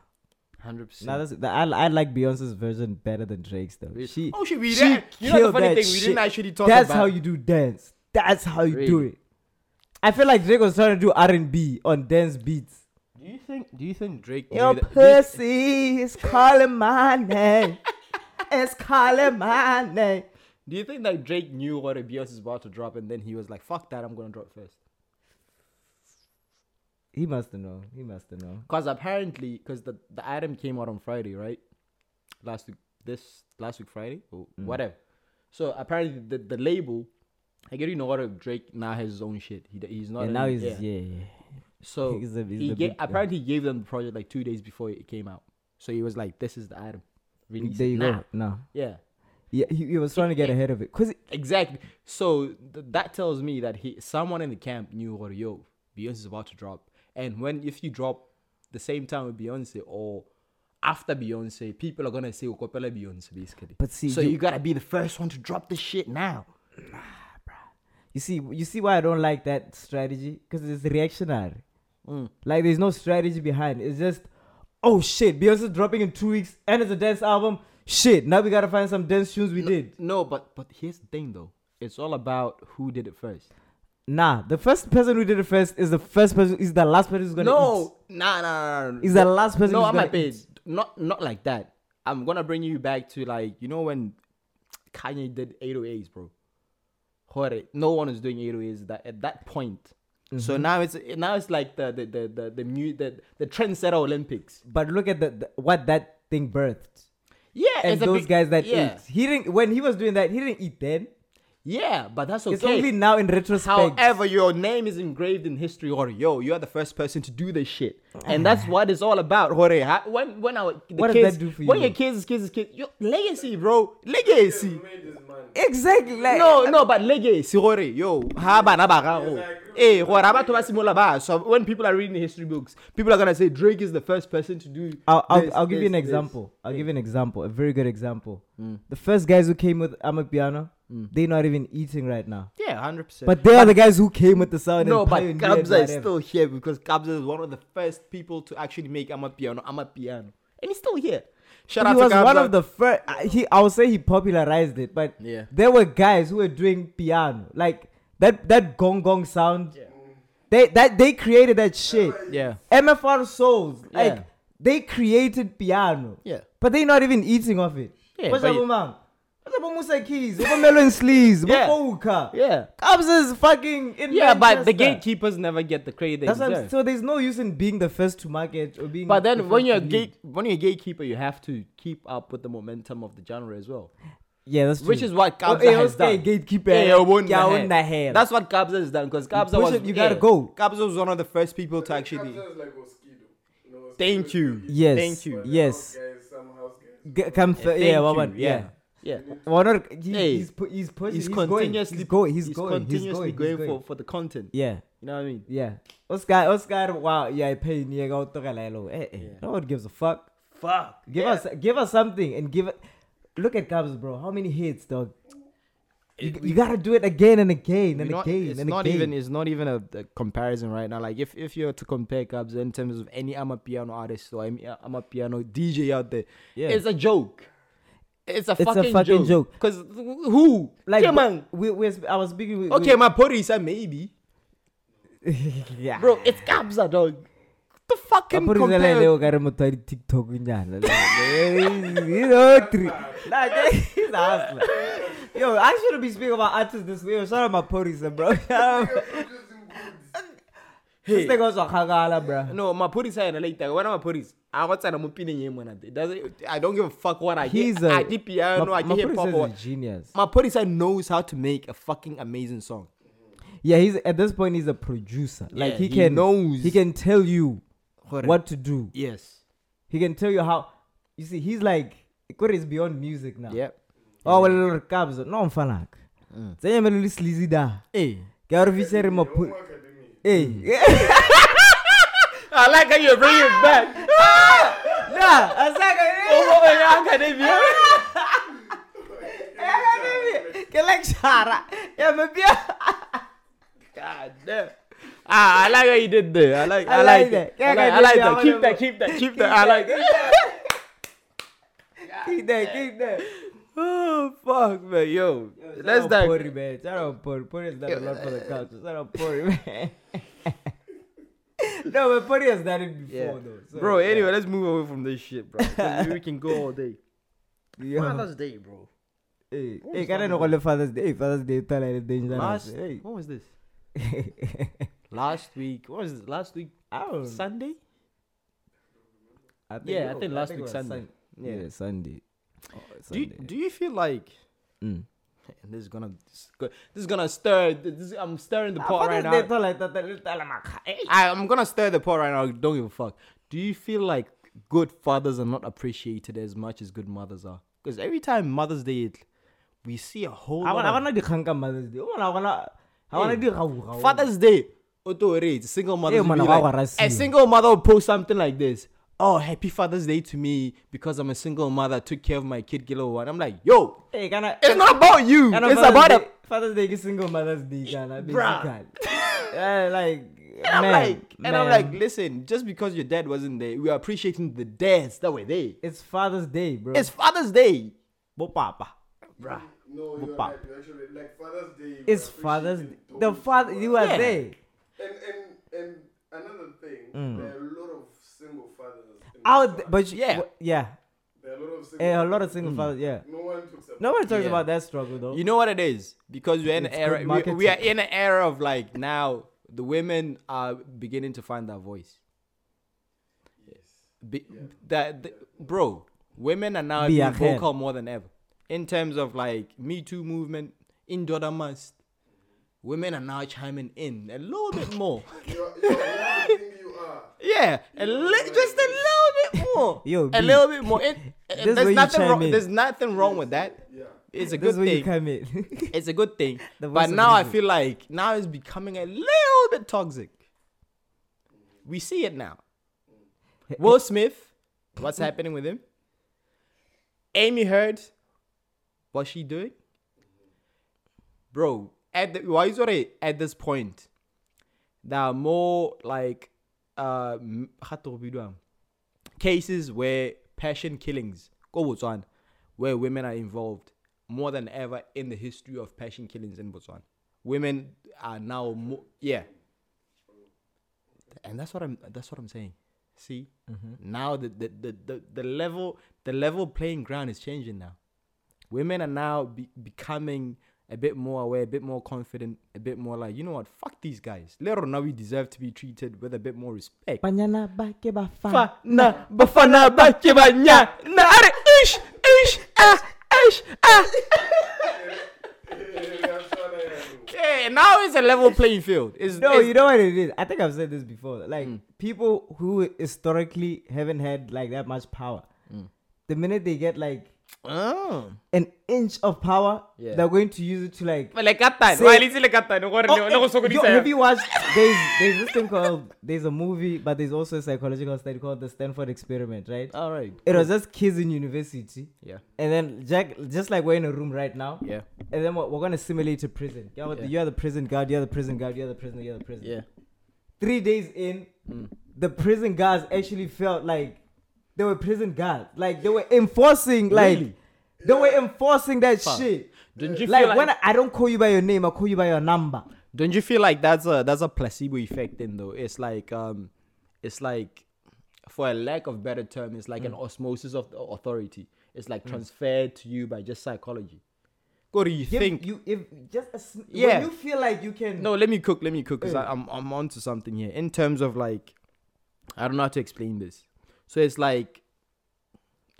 Speaker 3: 100%
Speaker 2: Now that's the, I, I like Beyonce's version better than Drake's though. She
Speaker 3: Oh, shit, we
Speaker 2: she
Speaker 3: didn't- you know the
Speaker 2: killed
Speaker 3: funny
Speaker 2: that
Speaker 3: thing, we didn't
Speaker 2: shit.
Speaker 3: actually talk
Speaker 2: That's
Speaker 3: about-
Speaker 2: how you do dance. That's how you do
Speaker 3: Really?
Speaker 2: it. I feel like Drake was trying to do R and B on dance beats.
Speaker 3: do you think do you think Drake
Speaker 2: Your
Speaker 3: knew that- do you-
Speaker 2: pussy is calling my name. it's calling my name.
Speaker 3: Do you think that Drake knew what a Beyonce is about to drop and then he was like, fuck that, I'm gonna drop first?
Speaker 2: He must have known. He must have known.
Speaker 3: Because apparently, because the, the item came out on Friday, right? Last week, this last week, Friday, or
Speaker 2: Mm.
Speaker 3: whatever. So apparently, the, the label, I get you know what if Drake now has his own shit. He, d- he's not
Speaker 2: And
Speaker 3: in-
Speaker 2: now he's yeah.
Speaker 3: Oh, yeah.
Speaker 2: yeah.
Speaker 3: So
Speaker 2: he's the- he's
Speaker 3: he
Speaker 2: the
Speaker 3: ga-
Speaker 2: big guy.
Speaker 3: apparently he gave them the project like two days before it came out. So he was like, this is the item. Release
Speaker 2: There
Speaker 3: it
Speaker 2: you
Speaker 3: now.
Speaker 2: go. No.
Speaker 3: Yeah.
Speaker 2: Yeah, he, he was trying to get ahead of it. Cause it-
Speaker 3: Exactly. So th- that tells me that he, someone in the camp knew what yo Beyonce's about to drop, and when if you drop the same time with Beyonce or after Beyonce, people are gonna say "Ukopela Beyonce" basically.
Speaker 2: But see,
Speaker 3: so
Speaker 2: you-
Speaker 3: you, gotta be the first one to drop the shit now.
Speaker 2: You see, you see why I don't like that strategy because it's reactionary.
Speaker 3: Mm.
Speaker 2: Like there's no strategy behind. it. It's just, oh shit, Beyonce's dropping in two weeks and it's a dance album. Shit, now we gotta find some dance tunes we did.
Speaker 3: No, but but here's the thing though. It's all about who did it first.
Speaker 2: Nah, the first person who did it first is the first person is the last person who's gonna
Speaker 3: No, nah, nah, nah.
Speaker 2: eat. Is the last person
Speaker 3: no,
Speaker 2: who's
Speaker 3: I'm
Speaker 2: gonna
Speaker 3: not paid. Not not like that. I'm gonna bring you back to like you know when Kanye did 808s, bro. Hore, no one is doing 808s that at that point. So
Speaker 2: Mm-hmm.
Speaker 3: now it's now it's like the the the the the, mu- the, the trendsetter Olympics.
Speaker 2: But look at the, the what that thing birthed.
Speaker 3: Yeah,
Speaker 2: And
Speaker 3: it's a
Speaker 2: those
Speaker 3: big-
Speaker 2: guys that
Speaker 3: yeah,
Speaker 2: eat. He didn't when he was doing that, he didn't eat then.
Speaker 3: yeah, but that's okay.
Speaker 2: It's only now in retrospect.
Speaker 3: However, your name is engraved in history, Hore. Yo, you are the first person to do this shit, and that's what it's all about, Hore. Ha- When when our the
Speaker 2: What does that
Speaker 3: kids,
Speaker 2: do for
Speaker 3: when
Speaker 2: you?
Speaker 3: your kids, kids, kids, your legacy, bro, legacy.
Speaker 4: made this man.
Speaker 2: exactly like
Speaker 3: No, no, but legacy, Hore. Yo, ha bana ba gago. Eh, Hore, ha batho ba simola ba. So when people are reading history books, people are gonna say Drake is the first person to do.
Speaker 2: I'll, I'll,
Speaker 3: this,
Speaker 2: I'll give you
Speaker 3: this,
Speaker 2: an
Speaker 3: this. Hmm.
Speaker 2: example. I'll give you an example, a very good example. The first guys who came with Amapiano, they're not even eating right now.
Speaker 3: Yeah, hundred percent.
Speaker 2: But they are the guys who came with the sound.
Speaker 3: No,
Speaker 2: and
Speaker 3: but
Speaker 2: pioneered
Speaker 3: Kabza is
Speaker 2: whatever.
Speaker 3: still here because Kabza is one of the first people to actually make Ama Piano, Ama Piano. And he's still here. Shout
Speaker 2: He
Speaker 3: out
Speaker 2: was
Speaker 3: to Kabza.
Speaker 2: one of the first. He, I would say, he popularized it. But
Speaker 3: Yeah.
Speaker 2: there were guys who were doing piano, like that that gong gong sound. They that they created that shit.
Speaker 3: Yeah.
Speaker 2: MFR Souls, like
Speaker 3: Yeah.
Speaker 2: they created piano.
Speaker 3: Yeah.
Speaker 2: But they not even eating of it.
Speaker 3: Yeah,
Speaker 2: What's
Speaker 3: but
Speaker 2: up,
Speaker 3: you-
Speaker 2: man? What's up, Musa Keys? What's up, Melon Sleeves?
Speaker 3: Yeah.
Speaker 2: What's up, Uka?
Speaker 3: Yeah.
Speaker 2: Cubs is fucking in
Speaker 3: Yeah, but
Speaker 2: Manchester.
Speaker 3: the gatekeepers never get the credit they
Speaker 2: That's what I'm-
Speaker 3: deserve.
Speaker 2: so there's no use in being the first to market or being.
Speaker 3: But
Speaker 2: the
Speaker 3: then when
Speaker 2: first
Speaker 3: you're a
Speaker 2: to
Speaker 3: gate
Speaker 2: lead.
Speaker 3: when you're a gatekeeper, you have to keep up with the momentum of the genre as well.
Speaker 2: yeah, that's true.
Speaker 3: Which is what Kabza
Speaker 2: eh,
Speaker 3: has
Speaker 2: okay,
Speaker 3: done.
Speaker 2: gatekeeper,
Speaker 3: Eh, I won the
Speaker 2: yeah, I
Speaker 3: head.
Speaker 2: won the head.
Speaker 3: That's what Kabza has done because Kabza
Speaker 2: push
Speaker 3: was
Speaker 2: it, you gotta go.
Speaker 3: Kabza was one of the first people to
Speaker 4: Kabza
Speaker 3: actually.
Speaker 4: is like Oskido. You know, Oskido
Speaker 3: Thank
Speaker 4: is
Speaker 3: you.
Speaker 4: like eat
Speaker 2: yes,
Speaker 3: Thank you.
Speaker 2: Yes,
Speaker 4: House guys, some house guys.
Speaker 2: G- come fir-
Speaker 3: Thank
Speaker 2: yeah,
Speaker 3: you,
Speaker 2: Wawan, yeah.
Speaker 3: yeah.
Speaker 2: Wawan, he-
Speaker 3: Hey,
Speaker 2: he's pu- he's pushing,
Speaker 3: He's,
Speaker 2: he's,
Speaker 3: continuously
Speaker 2: going, he's
Speaker 3: he's
Speaker 2: going, he's going, he's
Speaker 3: continuously
Speaker 2: going,
Speaker 3: going,
Speaker 2: he's going.
Speaker 3: for for the content.
Speaker 2: yeah.
Speaker 3: You know what I mean?
Speaker 2: Yeah. Oscar, Oscar, wow, yeah, pay nigga, I'll talk a lot. Eh, eh, No one gives a fuck.
Speaker 3: Fuck.
Speaker 2: Give us, give us something, and give. it- Look at Cubs, bro. How many hits, dog? You, you gotta do it again and again and
Speaker 3: We're not-
Speaker 2: again
Speaker 3: It's
Speaker 2: and
Speaker 3: not
Speaker 2: again.
Speaker 3: even. It's not even a, a comparison right now. Like if if you were to compare Cubs in terms of any I'm a piano artist or I'm, I'm a piano DJ out there,
Speaker 2: Yeah.
Speaker 3: it's a joke. It's a
Speaker 2: a
Speaker 3: fucking
Speaker 2: fucking joke.
Speaker 3: Because who?
Speaker 2: like,
Speaker 3: Like,
Speaker 2: yeah,
Speaker 3: come on.
Speaker 2: We, we, I was speaking with.
Speaker 3: Okay, my Podisa maybe,
Speaker 2: with, yeah.
Speaker 3: bro. It's Kabza dog. The fucking
Speaker 2: Apho re jwale le
Speaker 3: compare.
Speaker 2: o ka re motho wa di-TikTok nyana. He's hungry. Nah, he's a hustler. Yo, I shouldn't be speaking about artists this way. Yo, Shout out my police, bro. Shout out- This nigga was a kagala, bro.
Speaker 3: No, my Podisa and like that. What am I Podis? I what's an opinion him when I it doesn't. I don't give a fuck what I
Speaker 2: He's
Speaker 3: get.
Speaker 2: a
Speaker 3: I did piano.
Speaker 2: Ma-
Speaker 3: I
Speaker 2: Ma
Speaker 3: did hip
Speaker 2: Police
Speaker 3: hop.
Speaker 2: is
Speaker 3: or-
Speaker 2: a genius.
Speaker 3: My Podisa knows how to make a fucking amazing song.
Speaker 2: Yeah, he's at this point he's a producer. Like
Speaker 3: Yeah,
Speaker 2: he
Speaker 3: he
Speaker 2: can
Speaker 3: knows.
Speaker 2: he can tell you
Speaker 3: Correct.
Speaker 2: what to do.
Speaker 3: Yes.
Speaker 2: He can tell you how. You see, he's like Ikore is beyond music now.
Speaker 3: Yep.
Speaker 2: Oh well, little cabs. No, I'm fan like.
Speaker 3: Mm.
Speaker 2: Tsenya melodi sleazy da.
Speaker 3: Hey.
Speaker 2: Ke a re fitse re mo pho-
Speaker 4: Academy.
Speaker 3: Mm.
Speaker 2: Eh.
Speaker 3: I like how you bring it back.
Speaker 2: Nah, I was like, eh,
Speaker 3: Oh, yeah, academia.
Speaker 2: eh, baby. Ke like shara. Yeah, maybe.
Speaker 3: God damn. Ah, I like how you did there. I like, I, like that. I like, I like that. Keep that, keep that, keep that. I like that.
Speaker 2: Keep that, keep that.
Speaker 3: Oh fuck, man, yo, let's
Speaker 2: Shout out
Speaker 3: dive.
Speaker 2: Pori, man. Shout out Pori. Pori has done a lot for the culture. Shout out Pori, man. no, but Pori has done it before,
Speaker 3: Yeah.
Speaker 2: though. So,
Speaker 3: Bro, anyway, let's move away from this shit, bro. 'cause we can go all day.
Speaker 2: Yo.
Speaker 3: Father's Day, bro.
Speaker 2: Hey, hey, can I know all the Father's Day? Hey, Father's Day, tell her it's dangerous.
Speaker 3: Last,
Speaker 2: Hey.
Speaker 3: what was this? Last week, what was this? Last week,
Speaker 2: I don't
Speaker 3: Sunday?
Speaker 2: I think,
Speaker 3: Yeah, I
Speaker 2: yo,
Speaker 3: think last
Speaker 2: it
Speaker 3: week
Speaker 2: was
Speaker 3: Sunday.
Speaker 2: Sun- yeah.
Speaker 3: Yeah.
Speaker 2: Sunday. Oh, it's
Speaker 3: Do you,
Speaker 2: Sunday.
Speaker 3: do you feel like
Speaker 2: Mm.
Speaker 3: and this is gonna this is go- this is gonna stir this, I'm stirring the
Speaker 2: Ah,
Speaker 3: pot
Speaker 2: Father's
Speaker 3: right now.
Speaker 2: Day, tell her- tell her- tell her, my guy. Hey.
Speaker 3: I, I'm gonna stir the pot right now. Don't give a fuck. Do you feel like good fathers are not appreciated as much as good mothers are? Because every time Mother's Day, it- we see a whole
Speaker 2: I
Speaker 3: lot
Speaker 2: want, I
Speaker 3: of
Speaker 2: want to dikgang ka Mother's Day. I want, I want, I want
Speaker 3: Hey.
Speaker 2: to dikgang.
Speaker 3: Father's Day. auto rate, single mothers. will
Speaker 2: man,
Speaker 3: be
Speaker 2: I
Speaker 3: like-
Speaker 2: wanna
Speaker 3: a
Speaker 2: see.
Speaker 3: single mother will post something like this. Oh, happy Father's Day to me because I'm a single mother. Took care of my kid, Gilo one. I'm like, yo,
Speaker 2: Hey, can I,
Speaker 3: it's not about you.
Speaker 2: Kana
Speaker 3: It's
Speaker 2: Father's
Speaker 3: about
Speaker 2: Day-
Speaker 3: a
Speaker 2: Father's Day ke single Mother's Day kana
Speaker 3: Bruh.
Speaker 2: basically. Eh, like
Speaker 3: And I'm
Speaker 2: Man,
Speaker 3: like, and I'm like,
Speaker 2: man.
Speaker 3: listen, just because your dad wasn't there, we are appreciating the dads that were there.
Speaker 2: It's Father's Day, bro.
Speaker 3: It's Father's Day.
Speaker 2: Bo Papa.
Speaker 3: Bruh.
Speaker 4: No, you're
Speaker 2: Pop.
Speaker 4: right. You actually like Father's Day. we
Speaker 2: It's
Speaker 4: appreciate
Speaker 2: Father's
Speaker 4: it.
Speaker 2: The
Speaker 4: Those
Speaker 2: father, you are
Speaker 3: Yeah.
Speaker 2: there.
Speaker 4: And and and another thing, there are a lot of single fathers. in
Speaker 2: Out,
Speaker 4: this
Speaker 2: th- but
Speaker 3: Yeah.
Speaker 2: yeah, yeah,
Speaker 4: world. there are a lot of single.
Speaker 2: Eh, a
Speaker 4: fathers.
Speaker 2: lot of single fathers. Yeah,
Speaker 4: No one talks about.
Speaker 2: nobody talks
Speaker 3: Hmm. Yeah.
Speaker 2: about that struggle though.
Speaker 3: You know what it is? Because we're in
Speaker 2: It's
Speaker 3: an era
Speaker 2: good
Speaker 3: we, we are
Speaker 2: marketing.
Speaker 3: in an era of like now the women are beginning to find their voice. Be, that the, bro, women are now
Speaker 2: Be
Speaker 3: being
Speaker 2: ahead.
Speaker 3: vocal more than ever. In terms of like Me Too movement, Indoda must. Women are now chiming in a little bit more.
Speaker 4: You're, you're everything you are.
Speaker 3: Yeah, a li- just a little bit more.
Speaker 2: Yo,
Speaker 3: a
Speaker 2: B,
Speaker 3: little bit more. It, it-
Speaker 2: is where
Speaker 3: there's
Speaker 2: you
Speaker 3: nothing
Speaker 2: chime
Speaker 3: wrong.
Speaker 2: in.
Speaker 3: There's nothing wrong with that.
Speaker 4: Yeah.
Speaker 3: It's a
Speaker 2: this
Speaker 3: good
Speaker 2: is where you
Speaker 3: thing.
Speaker 2: come in.
Speaker 3: It's a good thing.
Speaker 2: The voice
Speaker 3: But
Speaker 2: of
Speaker 3: now I
Speaker 2: reason.
Speaker 3: feel like now it's becoming a little bit toxic. We see it now. Will Smith, what's happening with him? Amy Heard, what's she doing? Bro, at the, why is it at this point? There are more like uh m- how to be done? cases where passion killings go Botswana, where women are involved more than ever in the history of passion killings in Botswana. Women are now more yeah, and that's what I'm that's what I'm saying. See, now the the, the the the level the level playing ground is changing now. Women are now be- becoming a bit more aware, a bit more confident, a bit more like you know what, fuck these guys. Little now we deserve to be treated with a bit more respect.
Speaker 2: Banyana ba ke ba fa.
Speaker 3: Bafana, Bafana, Baki, Banya, Na, Are, Ish, Ish, Ah, Ish, Ah. Yeah, now it's a level playing field. It's,
Speaker 2: No,
Speaker 3: it's, Hmm.
Speaker 2: you know what it is. I think I've said this before. Like people who historically haven't had like that much power,
Speaker 3: Hmm.
Speaker 2: the minute they get like
Speaker 3: Oh.
Speaker 2: an inch of power,
Speaker 3: Yeah.
Speaker 2: they're going to use it to like.
Speaker 3: But like that,
Speaker 2: Say-
Speaker 3: why is it like that? No, no,
Speaker 2: Oh,
Speaker 3: no,
Speaker 2: eh,
Speaker 3: no,
Speaker 2: yo,
Speaker 3: no,
Speaker 2: have you watched? There's there's this thing called there's a movie, but there's also a psychological study called the Stanford Experiment, right?
Speaker 3: All right.
Speaker 2: It was just kids in university.
Speaker 3: Yeah.
Speaker 2: And then Jack, just like we're in a room right now.
Speaker 3: Yeah.
Speaker 2: And then we're, we're gonna simulate a prison. You're,
Speaker 3: Yeah.
Speaker 2: the, you're the prison guard. You're the prison guard. You're the prisoner. You're the prisoner.
Speaker 3: Yeah. Mm.
Speaker 2: Three days in, the prison guards actually felt like they were prison guards. Like they were enforcing, like
Speaker 3: Really?
Speaker 2: they were enforcing that
Speaker 3: Fuck.
Speaker 2: shit.
Speaker 3: Don't you
Speaker 2: like,
Speaker 3: feel like,
Speaker 2: when I, I don't call you by your name, I call you by your number.
Speaker 3: don't you feel like that's a that's a placebo effect then though? It's like um, it's like for a lack of better term, it's like an
Speaker 2: Mm.
Speaker 3: osmosis of the authority. It's like transferred to you by just psychology. Go to you
Speaker 2: Give
Speaker 3: think
Speaker 2: you if just a sn-
Speaker 3: Yeah.
Speaker 2: when you feel like you can.
Speaker 3: No, let me cook. Let me cook because
Speaker 2: Yeah.
Speaker 3: I'm I'm onto something here in terms of like, I don't know how to explain this. So it's like,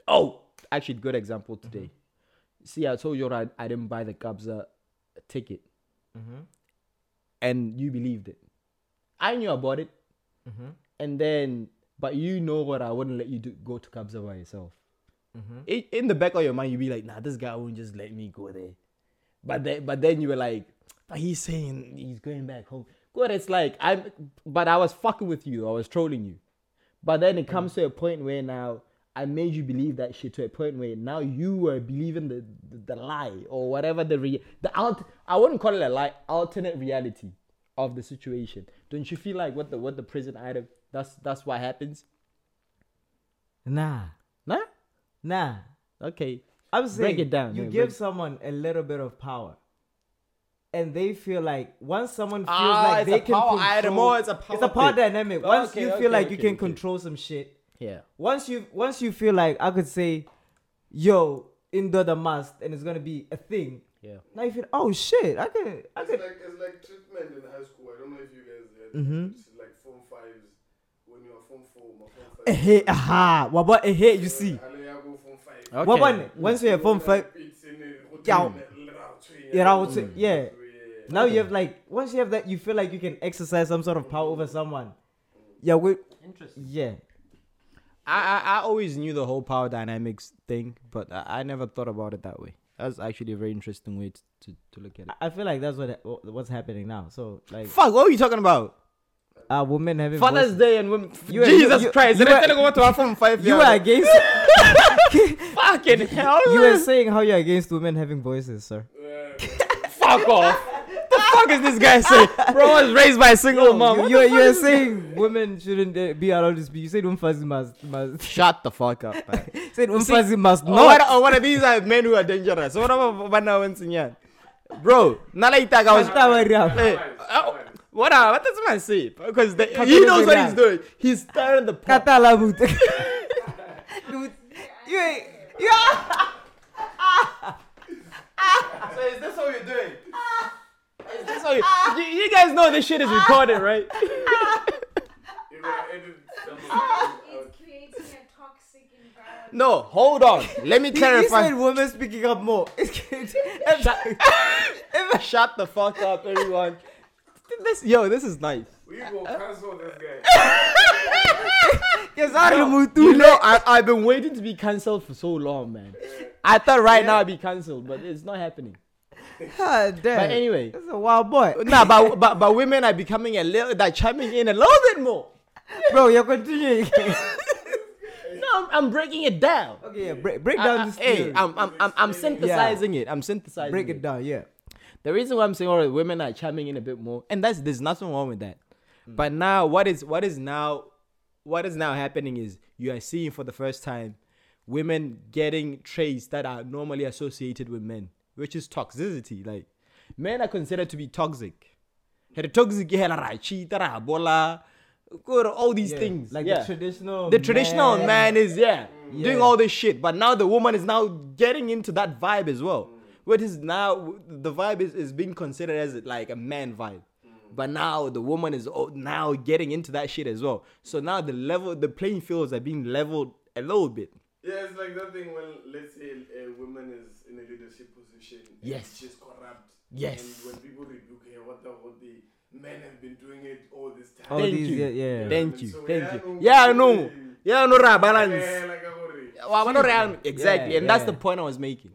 Speaker 3: oh, actually, good example today. See, I told you I, I didn't buy the Kabza ticket,
Speaker 2: Mm-hmm.
Speaker 3: and you believed it. I knew about it, and then but you know what? I wouldn't let you do, go to Kabza by yourself. I- in the back of your mind, you'd be like, nah, this guy won't just let me go there. But then, but then you were like, but he's saying he's going back home. Good, it's like I'm, but I was fucking with you. I was trolling you. But then it comes to a point where now I made you believe that shit to a point where now you were believing the the, the lie or whatever the re- the alt. I wouldn't call it a lie. Alternate reality of the situation. Don't you feel like what the what the prison item? That's that's what happens.
Speaker 2: Nah,
Speaker 3: Nah.
Speaker 2: nah.
Speaker 3: Okay.
Speaker 2: I'm saying
Speaker 3: it down,
Speaker 2: You
Speaker 3: yeah,
Speaker 2: give
Speaker 3: break-
Speaker 2: someone a little bit of power, and they feel like once someone feels
Speaker 3: Ah,
Speaker 2: like
Speaker 3: it's
Speaker 2: they
Speaker 3: a
Speaker 2: can
Speaker 3: power
Speaker 2: control,
Speaker 3: item or it's a
Speaker 2: it's a
Speaker 3: power
Speaker 2: power
Speaker 3: thing.
Speaker 2: dynamic. Once
Speaker 3: Okay,
Speaker 2: you feel
Speaker 3: okay,
Speaker 2: like you
Speaker 3: okay,
Speaker 2: can
Speaker 3: okay.
Speaker 2: control some shit,
Speaker 3: Yeah.
Speaker 2: once you once you feel like I could say, "Yo, indoor the must," and it's gonna be a thing.
Speaker 3: Yeah.
Speaker 2: Now you feel, oh shit, I could, I
Speaker 4: It's
Speaker 2: could.
Speaker 4: like it's like treatment in high school. I don't know if you guys had
Speaker 2: Mm-hmm.
Speaker 4: mm it's like form fives when you're form four, my form five.
Speaker 2: eh, Hey, aha, what about eh, hey, you see?
Speaker 4: Aliago form five.
Speaker 3: Okay.
Speaker 2: What about once you have phone five?
Speaker 4: It's in the-
Speaker 2: Yeah. Yeah, I would say- yeah.
Speaker 4: Yeah.
Speaker 2: Now you have like once you have that, you feel like you can exercise some sort of power over someone. Yeah, we. Interesting. Yeah.
Speaker 3: I, I I always knew the whole power dynamics thing, but I, I never thought about it that way. That's actually a very interesting way to, to, to look at it.
Speaker 2: I- I feel like that's what wha- what's happening now. So like,
Speaker 3: Fuck, what are you talking about?
Speaker 2: uh, women having
Speaker 3: Father's
Speaker 2: voices.
Speaker 3: Day and women.
Speaker 2: You are-
Speaker 3: Jesus
Speaker 2: you- you-
Speaker 3: Christ!
Speaker 2: you
Speaker 3: and
Speaker 2: are-
Speaker 3: I tell you what to have from five
Speaker 2: You
Speaker 3: years.
Speaker 2: are against.
Speaker 3: fucking hell.
Speaker 2: you were saying how you're against women having voices, sir.
Speaker 4: Yeah.
Speaker 3: fuck off. The fuck is this guy saying? Bro, I was raised by a single mom.
Speaker 2: You,
Speaker 3: Oh,
Speaker 2: you're
Speaker 3: What the fuck
Speaker 2: you're
Speaker 3: is this-
Speaker 2: saying women shouldn't uh, be allowed to speak. You said umfazi must must.
Speaker 3: Shut the fuck up, man.
Speaker 2: You said umfazi must
Speaker 3: No, what,
Speaker 2: not.
Speaker 3: oh, what are these are men who are dangerous? What about Bana Wensinyan? Bro, Nalaitaka was.
Speaker 2: Katawaria.
Speaker 3: Hey, oh, what are, what does man say? Because they, he knows what he's doing. He's stirring the pot.
Speaker 2: Katalabut. You you- you are-
Speaker 3: So is this what you're doing? Is this what you, you, you guys know this shit is recorded, right?
Speaker 4: You're gonna edit something out.
Speaker 5: It's creating a toxic environment.
Speaker 3: No, hold on. Let me
Speaker 2: He he
Speaker 3: clarify.
Speaker 2: said women speaking up more. It's good.
Speaker 3: Shut the fuck up, everyone. This, yo, this is nice.
Speaker 4: We gonna cancel this guy.
Speaker 2: Kesari
Speaker 3: You
Speaker 2: Mutule.
Speaker 3: know, I, I've been waiting to be cancelled for so long, man. I thought right now I'd be cancelled, but it's not happening.
Speaker 2: Ah, damn.
Speaker 3: But anyway,
Speaker 2: That's a wild boy.
Speaker 3: nah, but, but but women are becoming a little, they're chiming in a little bit more.
Speaker 2: Bro, you're continuing. okay,
Speaker 3: No, I'm, I'm breaking it down.
Speaker 2: yeah, break, break
Speaker 3: I-
Speaker 2: down
Speaker 3: I-
Speaker 2: this
Speaker 3: hey,
Speaker 2: theory.
Speaker 3: I'm, I'm, I'm, I'm synthesizing it. I'm synthesizing
Speaker 2: break it
Speaker 3: it.
Speaker 2: down, yeah.
Speaker 3: The reason why I'm saying all right, women are chiming in a bit more, and that's there's nothing wrong with that. But now, what is what is now, what is now happening is you are seeing for the first time women getting traits that are normally associated with men, which is toxicity. Like men are considered to be toxic. Had toxic, yeah, la, ra, cheat, ra, bola, good, all these
Speaker 2: Yeah,
Speaker 3: things.
Speaker 2: Like
Speaker 3: yeah.
Speaker 2: the traditional.
Speaker 3: The traditional man, is yeah, doing
Speaker 2: Yeah.
Speaker 3: all this shit, but now the woman is now getting into that vibe as well. What is now the vibe is, is being considered as like a man vibe, but now the woman is o- now getting into that shit as well. So now the level, the playing fields are being leveled a little bit.
Speaker 4: Yeah, it's like that thing when let's say a woman is in a leadership position. and
Speaker 3: Yes.
Speaker 4: She's corrupt.
Speaker 3: Yes.
Speaker 4: And when people rebuke her, what the what the men have been doing it all this time.
Speaker 2: All
Speaker 3: Thank
Speaker 2: Oh, these,
Speaker 3: you.
Speaker 2: yeah, yeah.
Speaker 3: Thank you,
Speaker 4: So
Speaker 3: thank
Speaker 4: yeah,
Speaker 3: you.
Speaker 4: no,
Speaker 3: Yeah, I
Speaker 4: we-
Speaker 3: know. Yeah, I know right balance.
Speaker 4: Yeah, like a worry.
Speaker 3: Well, I'm not real- exactly,
Speaker 2: Yeah,
Speaker 3: and that's
Speaker 2: yeah. Mm.
Speaker 3: the point I was making.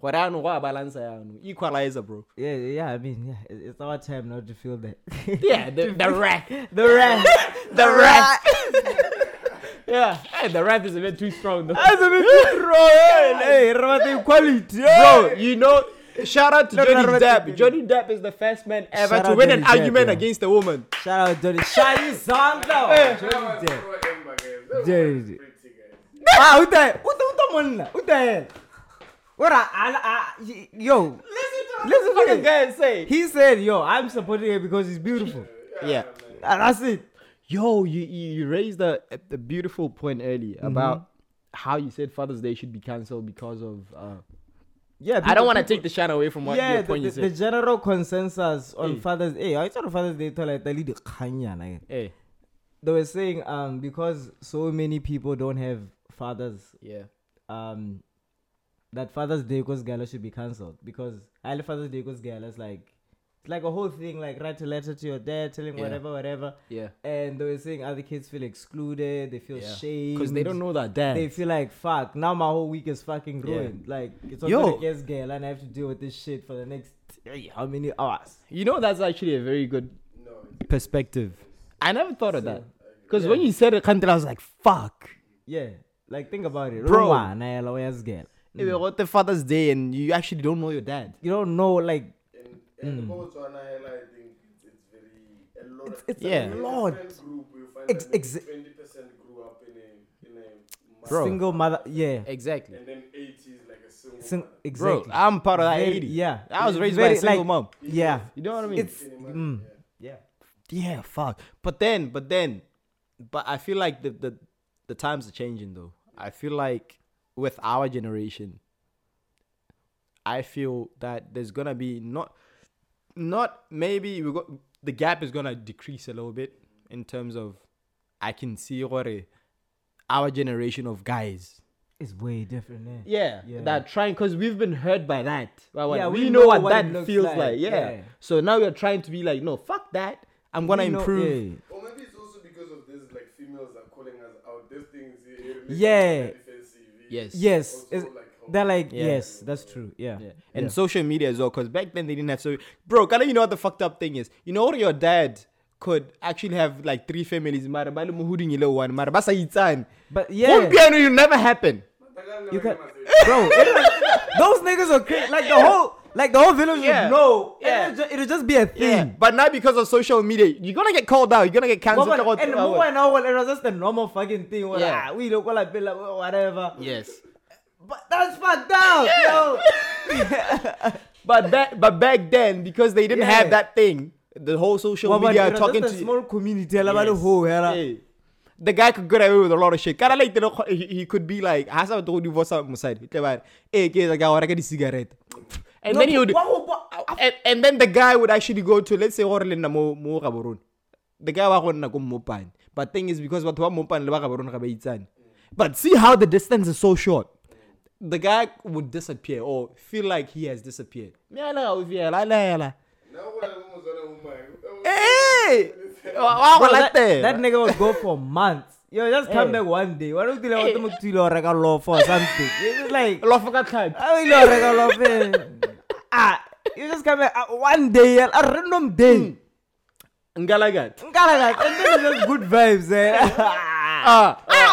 Speaker 3: What I know, what balance I know. Equalizer, bro.
Speaker 2: Yeah, yeah, I mean, yeah, it- it's our time now to feel that.
Speaker 3: Yeah, the, the rack.
Speaker 2: the rest.
Speaker 3: The ref. yeah, hey, the ref is a bit too strong though.
Speaker 2: That's a bit too raw, eh? Hey, relative quality.
Speaker 3: Bro, you know, shout out to
Speaker 2: No, no,
Speaker 3: Johnny
Speaker 2: no, no,
Speaker 3: Depp.
Speaker 2: no.
Speaker 3: Johnny Depp is the first man ever
Speaker 2: Shout
Speaker 3: to
Speaker 2: out
Speaker 3: win
Speaker 2: Johnny
Speaker 3: an
Speaker 2: Depp,
Speaker 3: argument
Speaker 2: yeah.
Speaker 3: against a woman.
Speaker 2: Shout out Johnny. Shiny Santa. Johnny Depp. Dude.
Speaker 4: Dude.
Speaker 2: Ah, who the who the who the man? Who the hell? What I, I, I y- yo.
Speaker 3: Listen
Speaker 2: to Listen what to this. the
Speaker 3: guy say.
Speaker 2: He said, yo, I'm supporting her because she's beautiful.
Speaker 3: Yeah.
Speaker 2: And that's it.
Speaker 3: Yo, you, you you raised a, a beautiful point earlier about how you said Father's Day should be cancelled because of. Uh,
Speaker 2: Yeah,
Speaker 3: I don't
Speaker 2: people-
Speaker 3: want to take the shine away from what
Speaker 2: yeah,
Speaker 3: your
Speaker 2: the,
Speaker 3: point
Speaker 2: the,
Speaker 3: you
Speaker 2: the
Speaker 3: said.
Speaker 2: general consensus on
Speaker 3: Eh.
Speaker 2: Father's Day, I thought on Father's Day, tell like, they lead the Kanya, like,
Speaker 3: Hey,
Speaker 2: they were saying um because so many people don't have fathers
Speaker 3: yeah.
Speaker 2: um that Father's Day cause gala should be cancelled because I love Father's Day cause gala is like it's like a whole thing like write a letter to your dad, tell him
Speaker 3: Yeah.
Speaker 2: whatever, whatever.
Speaker 3: Yeah.
Speaker 2: And they were saying other kids feel excluded, they feel
Speaker 3: Yeah.
Speaker 2: shame
Speaker 3: Because they don't know that dad.
Speaker 2: They feel like fuck. Now my whole week is fucking
Speaker 3: Yeah.
Speaker 2: ruined. Like it's
Speaker 3: Yo.
Speaker 2: all against gala, and I have to deal with this shit for the next hey, how many hours?
Speaker 3: You know, that's actually a very good
Speaker 4: No,
Speaker 3: perspective. I never thought of that. Because when you said it, Kandila, I was like, fuck.
Speaker 2: Yeah, like think about it.
Speaker 3: Bro.
Speaker 2: Roma, na yellow ass girl.
Speaker 3: Hey, What the Father's Day and you actually don't know your dad.
Speaker 2: You don't know like
Speaker 4: and
Speaker 3: Hmm.
Speaker 4: and Botswana, hell, I think it's it's very a lot.
Speaker 2: It's-
Speaker 4: of-
Speaker 2: it's
Speaker 3: a Yeah.
Speaker 2: lot.
Speaker 4: Different Group, you find
Speaker 2: Ex-
Speaker 4: that
Speaker 2: exa-
Speaker 4: twenty percent grew up in a in a
Speaker 3: Bro.
Speaker 4: mother,
Speaker 2: single mother. Yeah,
Speaker 3: Exactly.
Speaker 4: and then eighties like a single.
Speaker 2: Sing-
Speaker 4: mother.
Speaker 2: exactly.
Speaker 3: Bro, I'm part of that
Speaker 2: Very-
Speaker 3: 80.
Speaker 2: yeah.
Speaker 3: I was
Speaker 2: It's
Speaker 3: raised by
Speaker 2: very,
Speaker 3: a single
Speaker 2: like-
Speaker 3: mom.
Speaker 2: yeah,
Speaker 3: You know what I mean?
Speaker 2: it's
Speaker 4: Can you imagine?
Speaker 2: mm,
Speaker 4: Yeah.
Speaker 2: yeah.
Speaker 3: yeah, fuck. But then, but then, but I feel like the, the, the times are changing though. I feel like with our generation, I feel that there's gonna be not, not maybe we got the gap is gonna decrease a little bit in terms of I can see what our generation of guys
Speaker 2: It's way different. eh?
Speaker 3: Yeah,
Speaker 2: Yeah.
Speaker 3: that trying because we've been hurt by that. By what,
Speaker 2: Yeah,
Speaker 3: we,
Speaker 2: we
Speaker 3: know,
Speaker 2: know
Speaker 3: what,
Speaker 2: what it
Speaker 3: that
Speaker 2: looks
Speaker 3: feels like.
Speaker 2: like,
Speaker 3: Yeah.
Speaker 2: yeah.
Speaker 3: So now you're trying to be like, no, fuck that. I'm gonna
Speaker 2: We know-
Speaker 3: improve.
Speaker 2: yeah.
Speaker 4: Or maybe it's also because of this, like females are calling us out. These things,
Speaker 2: Yeah.
Speaker 3: Yes.
Speaker 2: Yes,
Speaker 4: Also,
Speaker 2: it's,
Speaker 4: like, how-
Speaker 2: they're like
Speaker 3: Yeah.
Speaker 2: yes, that's true. Yeah,
Speaker 3: Yeah. And social media as well, because back then they didn't have so. Bro, can you know what the fucked up thing is? You know, your dad could actually have like three families. Mara bale muhuding ilo one. Mara basa itan.
Speaker 2: but
Speaker 3: Home
Speaker 2: yeah,
Speaker 3: piano, you never happen.
Speaker 4: Tagalog
Speaker 2: you
Speaker 4: never
Speaker 2: can,
Speaker 4: came as a-
Speaker 2: bro. it was- those niggas are crazy. Like the whole Like the whole village
Speaker 3: Yeah.
Speaker 2: would know.
Speaker 3: Yeah.
Speaker 2: Yeah. It'll, just, be a thing.
Speaker 3: Yeah, but now because of social media, you're gonna get called out. You're gonna get cancelled.
Speaker 2: Woman-
Speaker 3: Talk about-
Speaker 2: and
Speaker 3: uh,
Speaker 2: woman, now, well, it was just a normal fucking thing. We're
Speaker 3: Yeah.
Speaker 2: like, ah, we look well, like, like whatever.
Speaker 3: yes,
Speaker 2: But that's fucked up, yo.
Speaker 3: but back but back then because they didn't
Speaker 2: Yeah.
Speaker 3: have that thing, the whole social
Speaker 2: Woman,
Speaker 3: media
Speaker 2: it was
Speaker 3: talking
Speaker 2: just
Speaker 3: to
Speaker 2: a small community. Yes. Whole, yeah.
Speaker 3: Hey, the guy could get away with a lot of shit. Kind of like you know, he, he could be like, "Has I told you what's up, Musad?" He tell her, "Hey, kid, I got a cigarette." And then he would, and, and then the guy would actually go to let's say gore le nna mo mo Gaborone. The guy wa go nna ko Mopane. But thing is because batho ba Mopane le ba Gaborone ga ba itsane. But see how the distance is so short. The guy would disappear or feel like he has disappeared. Myala o fiela, la, la, la.
Speaker 4: Now what I'm oh. almost on a woman.
Speaker 3: Hey! Wa- wa go
Speaker 2: Bro, that,
Speaker 3: like that.
Speaker 2: that nigga would go for months. Yo, just come
Speaker 3: Hey.
Speaker 2: back one day. Why don't you
Speaker 3: Hey.
Speaker 2: let him to your regular law for something? It's just like,
Speaker 3: Lo foka tlhapi.
Speaker 2: I will your regular law. Ah, you just come back uh, one day, a random day.
Speaker 3: Ngalagat.
Speaker 2: Ngala like, and then it's just good vibes, eh?
Speaker 3: Ah, ah,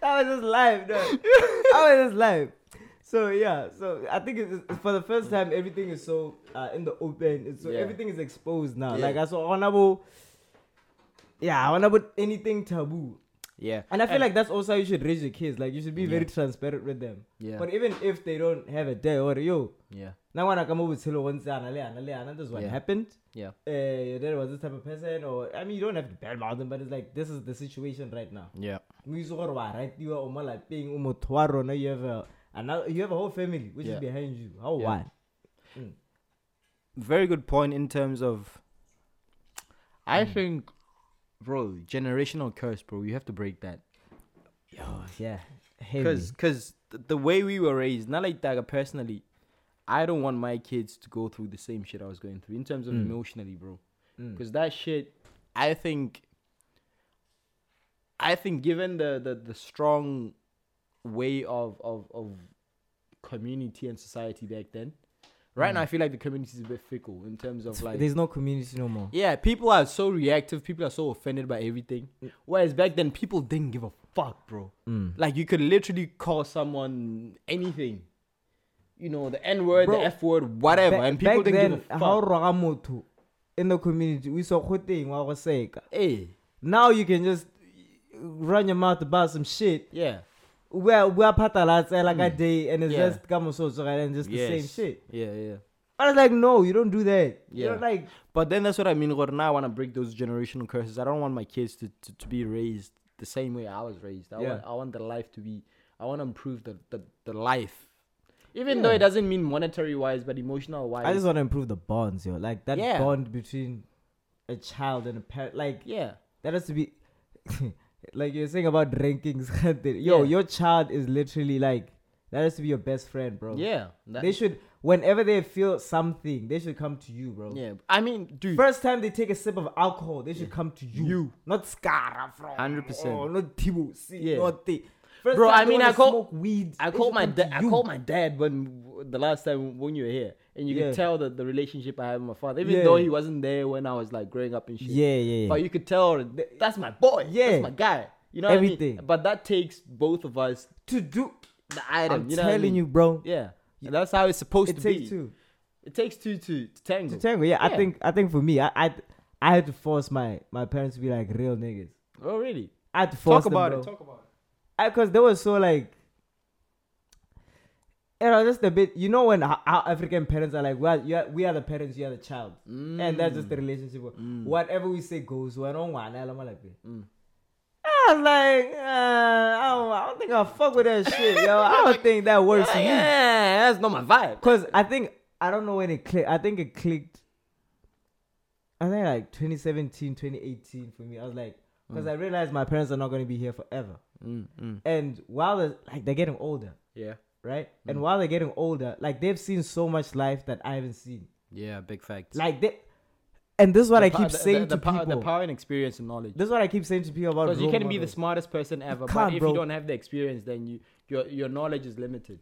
Speaker 2: That was just live, no. That was just live. So yeah, so I think it's, it's for the first time everything is so uh, in the open. It's so
Speaker 3: Yeah.
Speaker 2: everything is exposed now.
Speaker 3: Yeah.
Speaker 2: Like I saw honorable. Yeah, honorable anything taboo.
Speaker 3: yeah
Speaker 2: And I feel like that's also how you should raise your kids. Like you should be very transparent with them.
Speaker 3: Yeah.
Speaker 2: But even if they don't have a day or yo,
Speaker 3: yeah
Speaker 2: now when I come over with Silo one and and this is what
Speaker 3: Yeah.
Speaker 2: happened.
Speaker 3: yeah
Speaker 2: Uh, your dad was this type of person, or I mean, you don't have to badmouth them, but it's like this is the situation right now.
Speaker 3: yeah
Speaker 2: Mo itse gore wa ratiwa, o mo lapeng, o motho wa rona, you have a another, you have a whole family which
Speaker 3: Yeah.
Speaker 2: is behind you. How
Speaker 3: Yeah.
Speaker 2: why?
Speaker 3: very good point in terms of
Speaker 2: Hmm.
Speaker 3: I think bro generational curse bro you have to break that
Speaker 2: Yeah,
Speaker 3: because
Speaker 2: heavy.
Speaker 3: because the way we were raised not like that personally I don't want my kids to go through the same shit I was going through in terms
Speaker 2: Mm.
Speaker 3: of emotionally bro because that shit I think I think given the the, the strong way of, of of community and society back then right now I feel like the community is a bit fickle in terms of like
Speaker 2: Mm. There's no community no more.
Speaker 3: yeah, people are so reactive. People are so offended by everything. Whereas back then, people didn't give a fuck, bro.
Speaker 2: Mm.
Speaker 3: Like you could literally call someone anything. You know, the N word, the
Speaker 2: Bro,
Speaker 3: F word, whatever,
Speaker 2: Ba-
Speaker 3: and people
Speaker 2: back
Speaker 3: didn't
Speaker 2: then,
Speaker 3: give a fuck.
Speaker 2: how roga motho in the community, we saw khoteng wa go seka.
Speaker 3: hey,
Speaker 2: Now you can just run your mouth about some shit.
Speaker 3: yeah,
Speaker 2: We are we are patalatsela like a day and it's
Speaker 3: Hmm. Yeah.
Speaker 2: just come so and just the same
Speaker 3: Yes.
Speaker 2: shit.
Speaker 3: yeah, yeah.
Speaker 2: I was like, no, you don't do that.
Speaker 3: Yeah.
Speaker 2: You don't like
Speaker 3: But then that's what I mean. Gore, now I want to break those generational curses. I don't want my kids to, to, to be raised the same way I was raised. I
Speaker 2: Yeah.
Speaker 3: want I want the life to be. I want to improve the, the, the life, even though it doesn't mean monetary wise, but emotional wise.
Speaker 2: I just want to improve the bonds, yo. Like that
Speaker 3: Yeah.
Speaker 2: bond between a child and a parent. Like
Speaker 3: yeah,
Speaker 2: that has to be like you're saying about rankings. yo,
Speaker 3: Yeah.
Speaker 2: your child is literally like that has to be your best friend, bro.
Speaker 3: yeah. That-
Speaker 2: They should whenever they feel something, they should come to you, bro.
Speaker 3: Yeah, I mean, dude,
Speaker 2: First time they take a sip of alcohol, they should come to you.
Speaker 3: You.
Speaker 2: Not Scara from
Speaker 3: 100%.
Speaker 2: or not Tibu. See,
Speaker 3: Yeah.
Speaker 2: not the First
Speaker 3: Bro,
Speaker 2: time
Speaker 3: I
Speaker 2: they
Speaker 3: mean,
Speaker 2: wanna
Speaker 3: I call-
Speaker 2: smoke weed.
Speaker 3: I
Speaker 2: they
Speaker 3: called
Speaker 2: should
Speaker 3: my
Speaker 2: come to
Speaker 3: dad. I
Speaker 2: you.
Speaker 3: called my dad when the last time when you were here, and you
Speaker 2: Yeah.
Speaker 3: could tell that the relationship I have with my father, even
Speaker 2: Yeah.
Speaker 3: though he wasn't there when I was like growing up and shit.
Speaker 2: Yeah, yeah, yeah.
Speaker 3: But you could tell that that's my boy.
Speaker 2: Yeah.
Speaker 3: that's my guy. You know what I mean?
Speaker 2: Everything.
Speaker 3: But that takes both of us
Speaker 2: to do.
Speaker 3: the item.
Speaker 2: I'm
Speaker 3: you know what I
Speaker 2: telling
Speaker 3: mean?
Speaker 2: you, bro.
Speaker 3: Yeah, And that's how it's supposed
Speaker 2: It
Speaker 3: to
Speaker 2: takes
Speaker 3: be.
Speaker 2: two.
Speaker 3: It takes two to, to tango.
Speaker 2: To tango, yeah,
Speaker 3: Yeah.
Speaker 2: I think I think for me, I, I I had to force my my parents to be like real niggas.
Speaker 3: Oh really?
Speaker 2: I had to force
Speaker 3: Talk about
Speaker 2: them,
Speaker 3: it.
Speaker 2: bro.
Speaker 3: Talk
Speaker 4: about it.
Speaker 2: because they were so like it was just a bit you know when ho- how african parents are like well you are, we are the parents you are the child
Speaker 3: Mm.
Speaker 2: and that's just the relationship whatever we say goes i don't want that i'm like that.
Speaker 3: Mm.
Speaker 2: I was like, uh, I, don't, I don't think I'll fuck with that shit, yo. I don't think that works for me.
Speaker 3: Yeah, that's not my vibe.
Speaker 2: Cause I think I don't know when it clicked. I think it clicked. I think like 2017, 2018 for me. I was like, because I realized my parents are not going to be here forever,
Speaker 3: Mm, mm.
Speaker 2: and while they're, like they're getting older,
Speaker 3: Yeah,
Speaker 2: right?
Speaker 3: Mm.
Speaker 2: And while they're getting older, like they've seen so much life that I haven't seen.
Speaker 3: Yeah, big fact.
Speaker 2: Like they, and this is what
Speaker 3: The
Speaker 2: I
Speaker 3: pow-
Speaker 2: keep
Speaker 3: the-
Speaker 2: saying
Speaker 3: the, the
Speaker 2: to
Speaker 3: pow-
Speaker 2: people.
Speaker 3: the power and experience and knowledge.
Speaker 2: this is what I keep saying to people about.
Speaker 3: Because you
Speaker 2: role
Speaker 3: can be the
Speaker 2: models.
Speaker 3: smartest person ever, but
Speaker 2: can't,
Speaker 3: if
Speaker 2: bro.
Speaker 3: you don't have the experience, then you your your knowledge is limited.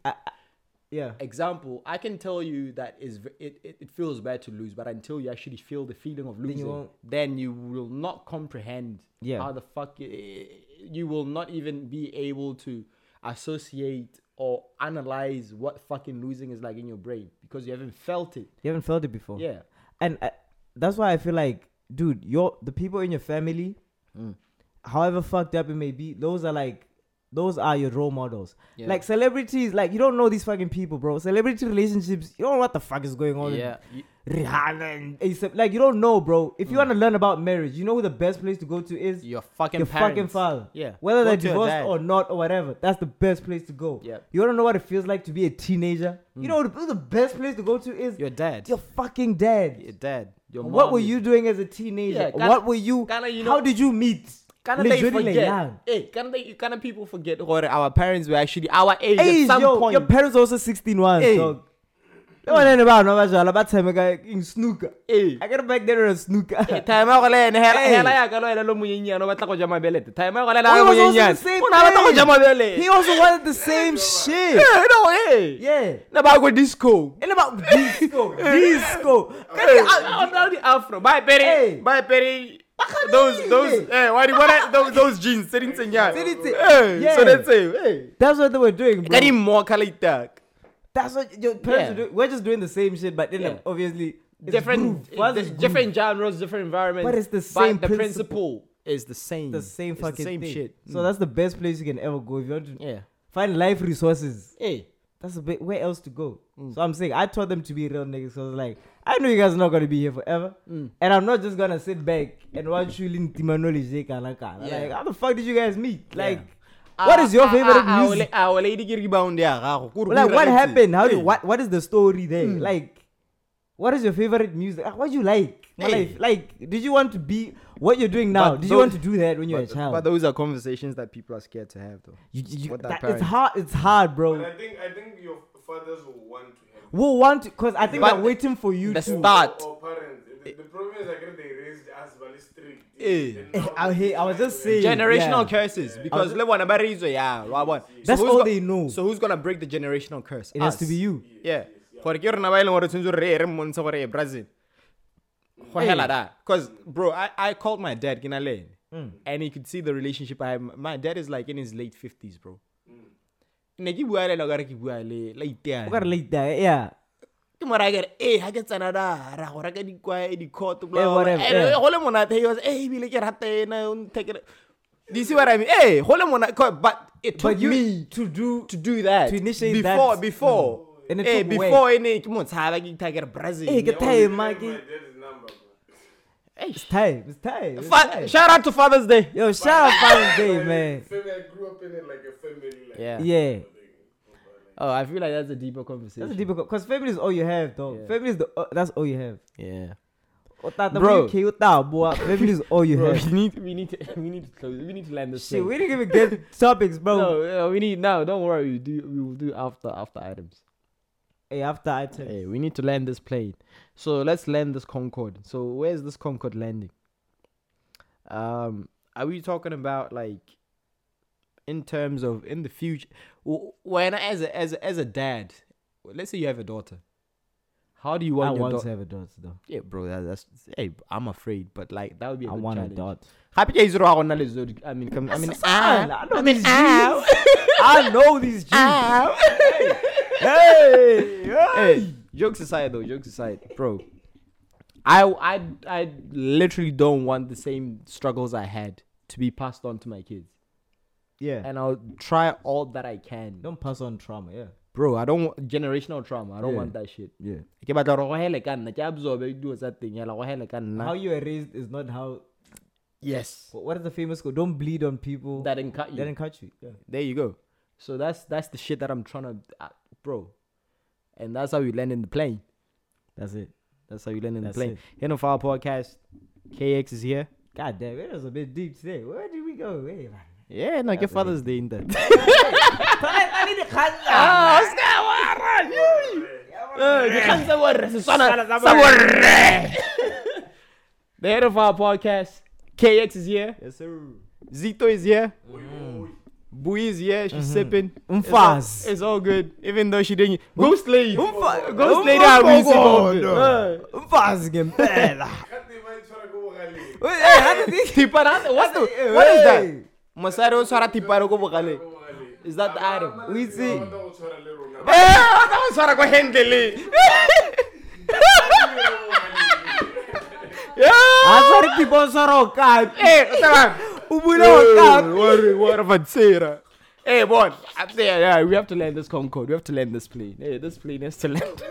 Speaker 2: yeah.
Speaker 3: Example, I can tell you that is v- it, it, it feels bad to lose, but until you actually feel the feeling of losing, then you,
Speaker 2: won't-
Speaker 3: will not comprehend
Speaker 2: Yeah.
Speaker 3: how the fuck i- i- you will not even be able to associate or analyze what fucking losing is like in your brain because you haven't felt it.
Speaker 2: You haven't felt it before.
Speaker 3: Yeah,
Speaker 2: and I, that's why I feel like, dude, your the people in your family,
Speaker 3: Hmm.
Speaker 2: however fucked up it may be, those are like, those are your role models.
Speaker 3: Yeah.
Speaker 2: Like celebrities, like you don't know these fucking people, bro. Celebrity relationships, you don't know what the fuck is going on.
Speaker 3: yeah.
Speaker 2: Rihanna and A$AP, like you don't know, bro. If you want to learn about marriage, you know who the best place to go to is
Speaker 3: Hmm. Your fucking
Speaker 2: your fucking
Speaker 3: parents.
Speaker 2: father.
Speaker 3: Yeah.
Speaker 2: Whether
Speaker 3: Go
Speaker 2: they're
Speaker 3: to your
Speaker 2: divorced
Speaker 3: dad.
Speaker 2: or not or whatever, that's the best place to go.
Speaker 3: Yeah. Hmm.
Speaker 2: You want to know what it feels like to be a teenager? You know who the best place to go to is
Speaker 3: Your dad.
Speaker 2: Your fucking dad.
Speaker 3: Your dad. Your
Speaker 2: What
Speaker 3: mom,
Speaker 2: were
Speaker 3: your-
Speaker 2: you doing as a teenager?
Speaker 3: Yeah, kinda-
Speaker 2: what were you?
Speaker 3: kinda, you
Speaker 2: how
Speaker 3: know-
Speaker 2: did you meet?
Speaker 3: Kind of they
Speaker 2: Literally, like,
Speaker 3: forget.
Speaker 2: young.
Speaker 3: Hey, kind of they, kind of people forget or our parents were actually our age,
Speaker 2: Hey,
Speaker 3: at some
Speaker 2: yo,
Speaker 3: point.
Speaker 2: your parents also 16 once,
Speaker 3: Hey.
Speaker 2: dog. No one ain't about no matter what, about time I got in snooker.
Speaker 3: Hey.
Speaker 2: I got back there in snooker.
Speaker 3: Hey, time ya go le ene, hela-
Speaker 2: Hey.
Speaker 3: hela ya ka le wena lo monyenyane, o batla go ja mabelete. Time ya go le ene,
Speaker 2: Oh,
Speaker 3: a
Speaker 2: he
Speaker 3: le
Speaker 2: was also the
Speaker 3: monyenyane.
Speaker 2: same
Speaker 3: O ne a batla go ja
Speaker 2: thing.
Speaker 3: mabelete.
Speaker 2: He also wanted the same shit.
Speaker 3: Yeah, no, hey.
Speaker 2: Yeah.
Speaker 3: Ne ba go disco.
Speaker 2: And about disco, disco. uh,
Speaker 3: Hey, I- I know the afro. Bye, Perry.
Speaker 2: Hey.
Speaker 3: Bye, Perry. Those- those- eh, what do you- what are- those- those jeans, tse dintseng jalo.
Speaker 2: Tse dintse-
Speaker 3: Eh,
Speaker 2: yeah.
Speaker 3: so that's it, eh.
Speaker 2: That's what they were doing,
Speaker 3: Ka
Speaker 2: bro.
Speaker 3: di-more colour itak.
Speaker 2: That's what your parents
Speaker 3: Yeah.
Speaker 2: were doing. We're just doing the same shit, but then
Speaker 3: Yeah.
Speaker 2: like, obviously it's
Speaker 3: different
Speaker 2: groove. For us,
Speaker 3: there's
Speaker 2: it's groove.
Speaker 3: different genres, different environments.
Speaker 2: But it's the same
Speaker 3: the
Speaker 2: principle.
Speaker 3: principle is the same.
Speaker 2: the same
Speaker 3: Mm. It's
Speaker 2: fucking
Speaker 3: same
Speaker 2: thing.
Speaker 3: shit. Mm.
Speaker 2: So that's the best place you can ever go if you want to
Speaker 3: yeah.
Speaker 2: find life resources.
Speaker 3: Hey, Mm.
Speaker 2: That's a bit where else to go. So I'm saying I taught them to be real niggas because like I know you guys are not gonna be here forever,
Speaker 3: Mm.
Speaker 2: and I'm not just gonna sit back and watch you in Timanoli Zekanaka.
Speaker 3: Yeah.
Speaker 2: Like how the fuck did you guys meet? Like
Speaker 3: Ah,
Speaker 2: what is your
Speaker 3: ah,
Speaker 2: favorite
Speaker 3: ah, ah,
Speaker 2: music?
Speaker 3: Our, la- our lady ah, ke rebound ya gago. Ko re
Speaker 2: like
Speaker 3: go
Speaker 2: what
Speaker 3: ireletse.
Speaker 2: happened? How
Speaker 3: Hey. Mm.
Speaker 2: did what what is the story there? Like what is your favorite music? Ah, What do you like? What
Speaker 3: Hey.
Speaker 2: life- Like, did you want to be what you're doing now?
Speaker 3: But
Speaker 2: did you
Speaker 3: those-
Speaker 2: want to do that when you were a
Speaker 3: But,
Speaker 2: child?
Speaker 3: but those are conversations that people are scared to have, though.
Speaker 2: You- you-
Speaker 3: What
Speaker 2: that-
Speaker 3: that
Speaker 2: it's
Speaker 3: parent-
Speaker 2: hard. It's hard,
Speaker 4: But
Speaker 2: bro.
Speaker 4: I think I think your fathers will want to have.
Speaker 2: We'll want because I think
Speaker 3: But
Speaker 2: they're waiting for you
Speaker 3: the
Speaker 2: to.
Speaker 3: start- But-
Speaker 4: Or parents. The, the problem is, I guess they raised us very strict.
Speaker 3: Eh.
Speaker 4: And now
Speaker 2: I, hate- I was just saying.
Speaker 3: Generational
Speaker 2: yeah.
Speaker 3: curses because le bona ba reizwe ya wa bona. So
Speaker 2: That's
Speaker 3: who's
Speaker 2: all
Speaker 3: go-
Speaker 2: they know.
Speaker 3: So who's gonna break the generational curse?
Speaker 2: It has to
Speaker 3: Us.
Speaker 2: be you.
Speaker 3: Yeah. Gore ke rona ba e leng gore tshwanetse re ye re mmontshe gore e Brazil. Go hela Hmm. da. Cause bro, I, I called my dad ke na le ene. And he could see the relationship I have. My dad is like in his late 50s, bro. Ne ke bua le ene o ka re ke bua le la iteane.
Speaker 2: We gotta lay that. Yeah.
Speaker 3: ke mo raya ke re ee ga ke tsena da ra go reka dikwae dikhoto bla,
Speaker 2: Eh,
Speaker 3: bla, bla."
Speaker 2: whatever,
Speaker 3: And,
Speaker 2: yeah.
Speaker 3: eh, go le monate he was e ebile ke rata ena o nthekele do you see what I mean? Hey, go le monate 'cause- but it took
Speaker 2: But you
Speaker 3: me
Speaker 2: to do
Speaker 3: to do that
Speaker 2: to initiate
Speaker 3: before
Speaker 2: that,
Speaker 3: before
Speaker 2: mm. And it
Speaker 3: Eh,
Speaker 2: took
Speaker 3: before ene ke mo tshaba ke itha ke re Brazil
Speaker 2: Hey,
Speaker 4: they
Speaker 2: get
Speaker 4: only
Speaker 2: time,
Speaker 4: have My
Speaker 2: Maggie.
Speaker 4: dad's number, bro.
Speaker 3: Hey,
Speaker 2: It's time. It's time. It's
Speaker 3: fa-
Speaker 2: time.
Speaker 3: shout out to Father's Day
Speaker 2: Yo, shout out Father's Day,
Speaker 4: But
Speaker 2: man.
Speaker 4: Family, I grew up in it like a family. Like,
Speaker 3: yeah
Speaker 2: Yeah.
Speaker 3: oh I feel like that's a deeper conversation
Speaker 2: That's a difficult because family is all you have, though.
Speaker 3: Yeah.
Speaker 2: Family is the uh, that's all you have.
Speaker 3: yeah
Speaker 2: Otata,
Speaker 3: Bro.
Speaker 2: we kill that, boy. Family is all you
Speaker 3: bro
Speaker 2: have.
Speaker 3: we need we need to we need to close we need to land this
Speaker 2: Shit,
Speaker 3: thing.
Speaker 2: we didn't even get topics, bro.
Speaker 3: no uh, we need no don't worry we do we will do after after items
Speaker 2: Hey, after I tell
Speaker 3: Hey, we need to land this plane. So let's land this Concorde. So where's this Concorde landing? Um, are we talking about like in terms of in the future? w- When as a as a, as a dad, let's say you have a daughter, how do you
Speaker 2: I
Speaker 3: want your
Speaker 2: want to
Speaker 3: daughter?
Speaker 2: have a daughter, though.
Speaker 3: Yeah, bro, that, that's hey, I'm afraid, but like that would be a
Speaker 2: I
Speaker 3: good
Speaker 2: want a
Speaker 3: challenge.
Speaker 2: daughter.
Speaker 3: Happy days, Roa, on Nali Zodi. I mean, come, I mean,
Speaker 2: I
Speaker 3: ah,
Speaker 2: know these Jews. I know these Jews.
Speaker 3: ah.
Speaker 2: Hey, hey.
Speaker 3: hey, jokes aside though, jokes aside, bro. I I I literally don't want the same struggles I had to be passed on to my kids,
Speaker 2: Yeah.
Speaker 3: and I'll try all that I can,
Speaker 2: Don't pass on trauma. Yeah.
Speaker 3: bro. I don't want generational trauma. I don't
Speaker 2: Yeah.
Speaker 3: want that shit.
Speaker 2: Yeah.
Speaker 3: Ke batla gore go hele ka nna, ke absorb e dilo tsa teng, hela, go hele ka nna.
Speaker 2: How you were raised is not how.
Speaker 3: Yes,
Speaker 2: What is the famous quote? Don't bleed on people
Speaker 3: that didn't cut you.
Speaker 2: that didn't cut you. Yeah.
Speaker 3: There you go. So that's that's the shit that I'm trying to, uh, bro, and that's how we land in the plane.
Speaker 2: That's it.
Speaker 3: That's how you land in
Speaker 2: That's
Speaker 3: the plane.
Speaker 2: it.
Speaker 3: End of our podcast. KX is here.
Speaker 2: God damn, it was a bit deep today. Where did we go? Hey, man.
Speaker 3: Yeah, no, your father's day in that. Ah, Oscar, warra, yui. Eh, dikgang tsa borre, Setswana sa borre. The head of our podcast, KX is here.
Speaker 2: Yes, sir.
Speaker 3: Zito is here. Bui is here. She's sipping. It's
Speaker 2: Umfaz.
Speaker 3: all, it's all good. Even though she didn't. Ghost Lady.
Speaker 2: Umfaz.
Speaker 3: Ghost Lady are we involved.
Speaker 2: Umfaz ngempela.
Speaker 4: Can't they mind trying to go Gale?
Speaker 2: Wait, hey, how did he-
Speaker 3: Tipara, what's the,
Speaker 2: Hey,
Speaker 3: what is that?
Speaker 2: hey.
Speaker 3: Masari o tshwara tipara ko bogale. Is that the item?
Speaker 2: We see.
Speaker 4: I don't try to let her know.
Speaker 3: Eh, o tla o tshwara ko handle. Yeah.
Speaker 2: Azari kibosoro kapi.
Speaker 3: Eh, o tla ba-
Speaker 2: Ubulawa kapi.
Speaker 3: Worry, worry, Vatsera. Hey, boy, I'm there. Yeah, we have to land this Concorde. We have to land this plane. Hey, this plane has to land.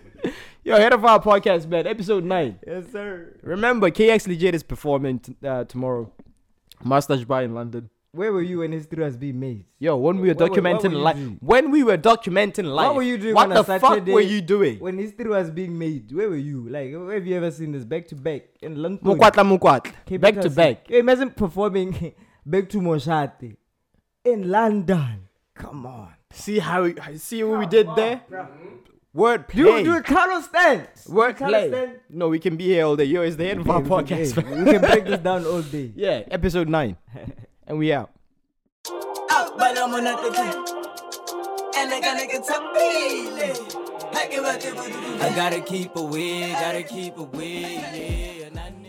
Speaker 3: Yo, head of our podcast, man. Episode 9.
Speaker 2: Yes, sir.
Speaker 3: Remember, KX Legit is performing t- uh, tomorrow. Mustache Bar in London.
Speaker 2: Where were you when history was being made?
Speaker 3: Yo, when we were
Speaker 2: What were- what
Speaker 3: documenting
Speaker 2: were you
Speaker 3: life,
Speaker 2: doing?
Speaker 3: when we were documenting life,
Speaker 2: were you doing
Speaker 3: What
Speaker 2: on a
Speaker 3: the fuck
Speaker 2: Saturday?
Speaker 3: were you doing?
Speaker 2: When history was being made, where were you? Like, where have you ever seen this back to back in London?
Speaker 3: Mukwatla mukwatla,
Speaker 2: Cape
Speaker 3: back to
Speaker 2: Town
Speaker 3: back.
Speaker 2: City. Imagine performing back to Moshate in London. Come on.
Speaker 3: See how see what we did there. Word
Speaker 2: Dude,
Speaker 3: play.
Speaker 2: dude, Carlos Stan.
Speaker 3: Word play.
Speaker 2: Carlos
Speaker 3: No, we can be here all day. Yo, it's the end of our podcast.
Speaker 2: Stan. We can break this down all day.
Speaker 3: Yeah, episode nine, and we out.
Speaker 1: out, but I'm on another day. And I gotta get some feeling. I gotta keep away, gotta keep away, yeah. and I know-